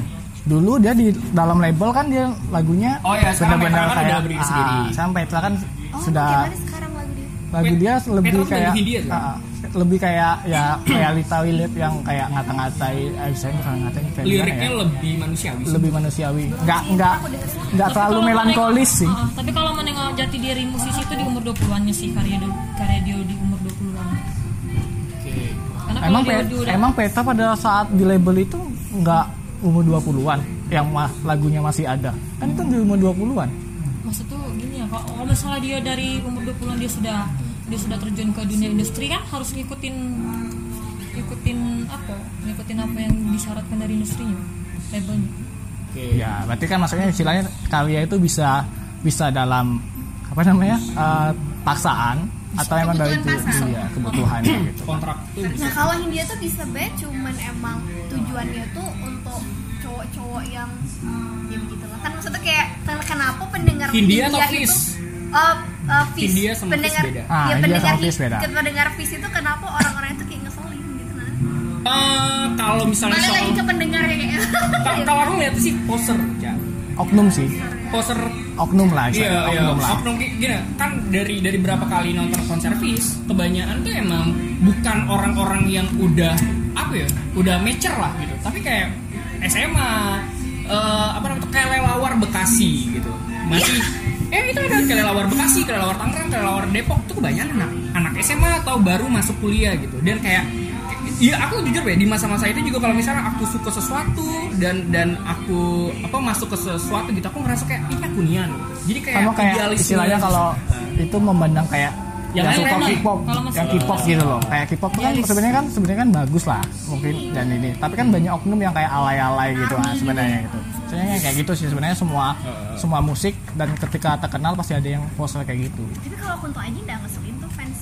S3: Dulu dia di dalam label kan dia lagunya
S1: Oh ya, sekarang Petra
S3: benar-benar
S1: kan
S3: kayak
S1: udah berdiri
S3: ah,
S1: sendiri.
S3: sekarang Petra kan
S6: Oh,
S3: sudah
S6: gimana sekarang lagu dia?
S3: lagu
S1: Pet-
S3: dia lebih
S1: Petra tuh
S3: kayak
S1: lebih dia ya? tuh.
S3: ah, ah, lebih kayak ya realita relate yang kayak ngata-ngatain eh misalnya bukan ngatain kayak gimana
S1: liriknya
S3: ya,
S1: lebih manusiawi sih.
S3: lebih manusiawi nggak nggak nggak
S5: Tapi
S3: terlalu
S5: kalau
S3: melankolis
S5: menengok-
S3: sih
S5: Heeh, tapi kalau menengok jati diri musisi itu di umur 20-an -nya sih karya dia- karya dia di umur 20-an. -an.
S1: Oke.
S5: Karena kalau
S3: Emang
S5: dia
S3: Pe-
S5: udah- udah-
S3: emang peta pada saat di label itu nggak umur 20-an yang mah lagunya masih ada. Kan itu di umur 20-an.
S5: maksud tuh gini ya kalau kalau misalnya dia dari umur 20-an dia sudah dia sudah terjun ke dunia industri kan harus ngikutin ngikutin apa ngikutin apa yang disyaratkan dari industrinya labelnya
S3: Ya, berarti kan maksudnya istilahnya karya itu bisa bisa dalam apa namanya? eh, paksaan atau emang dari
S2: Kebutuhan pasar.
S3: iya, kebutuhannya gitu.
S1: kontrak tuh
S6: Nah kalau Hindia tuh bisa be cuman emang tujuannya tuh untuk cowok-cowok yang ya begitulah kan maksudnya kayak ken- kenapa pendengar
S1: Hindia atau
S6: itu-
S1: Fis?
S6: Eh, eh, Fis.
S1: Hindia sama Fis
S6: pendengar
S1: beda.
S2: Iya,
S3: Ah,
S6: ya
S3: Hindia
S6: pendengar
S3: sama Fis beda.
S6: Hin- pendengar Fis itu kenapa orang-orang itu kayak ngeselin gitu nah
S1: Eh, kalau misalnya
S6: balik lagi
S1: soal
S6: ke ya, pendengarnya kayaknya
S1: Ka- kalau aku lihat sih poser ya
S3: Oknum sih.
S1: poser
S3: Oknum lah,
S1: iya
S3: istilahnya.
S1: iya
S3: oknum lah.
S1: oknum gi- gini kan dari dari berapa kali nonton konser Fis kebanyakan tuh emang bukan orang-orang yang udah apa ya udah mature lah gitu tapi kayak SMA eh, apa namanya tuh, kayak lelawar Bekasi gitu masih eh itu ada kelelawar Bekasi, kelelawar Tangerang, kelelawar Depok tuh kebanyakan anak anak SMA atau baru masuk kuliah gitu dan kayak Iya, aku jujur ya di masa-masa itu juga kalau misalnya aku suka sesuatu dan dan aku apa masuk ke sesuatu gitu aku ngerasa kayak ini aku nian. Jadi kayak
S3: Sama kayak
S1: idealisme. gitu.
S3: istilahnya kalau itu memandang kayak
S1: Yang
S3: yang
S1: lain
S3: suka
S1: memang,
S3: K-pop,
S5: kalau masih-
S3: yang K-pop gitu loh. Kayak K-pop tuh kan
S5: Idealis.
S3: sebenarnya kan sebenarnya kan bagus lah mungkin dan ini. Tapi kan banyak oknum yang kayak alay-alay gitu ah, sebenarnya gitu. Sebenarnya kayak gitu sih sebenarnya semua semua musik dan ketika terkenal pasti ada yang pose kayak gitu.
S6: tapi kalau Kunto Aji nggak ngeselin tuh fans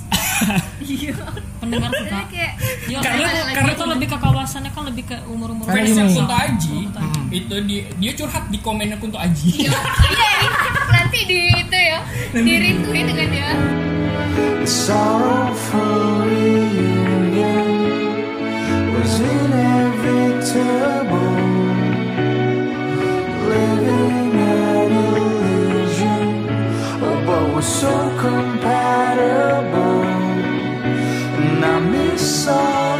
S6: iya
S5: pendengar suka
S6: Jadi kayak
S5: ya,
S1: Karena
S5: karena
S1: karena
S5: itu lebih ke kawasannya kan lebih ke umur umur
S3: Karena
S1: fans yang Kunto Aji
S5: Hmm.
S1: itu dia, dia curhat di komennya Kunto Aji.
S2: Iya, nanti di itu ya, dirintui dengan dia.
S7: The sorrowful reunion was inevitable. Living an illusion, oh, but we're so compatible. And I miss all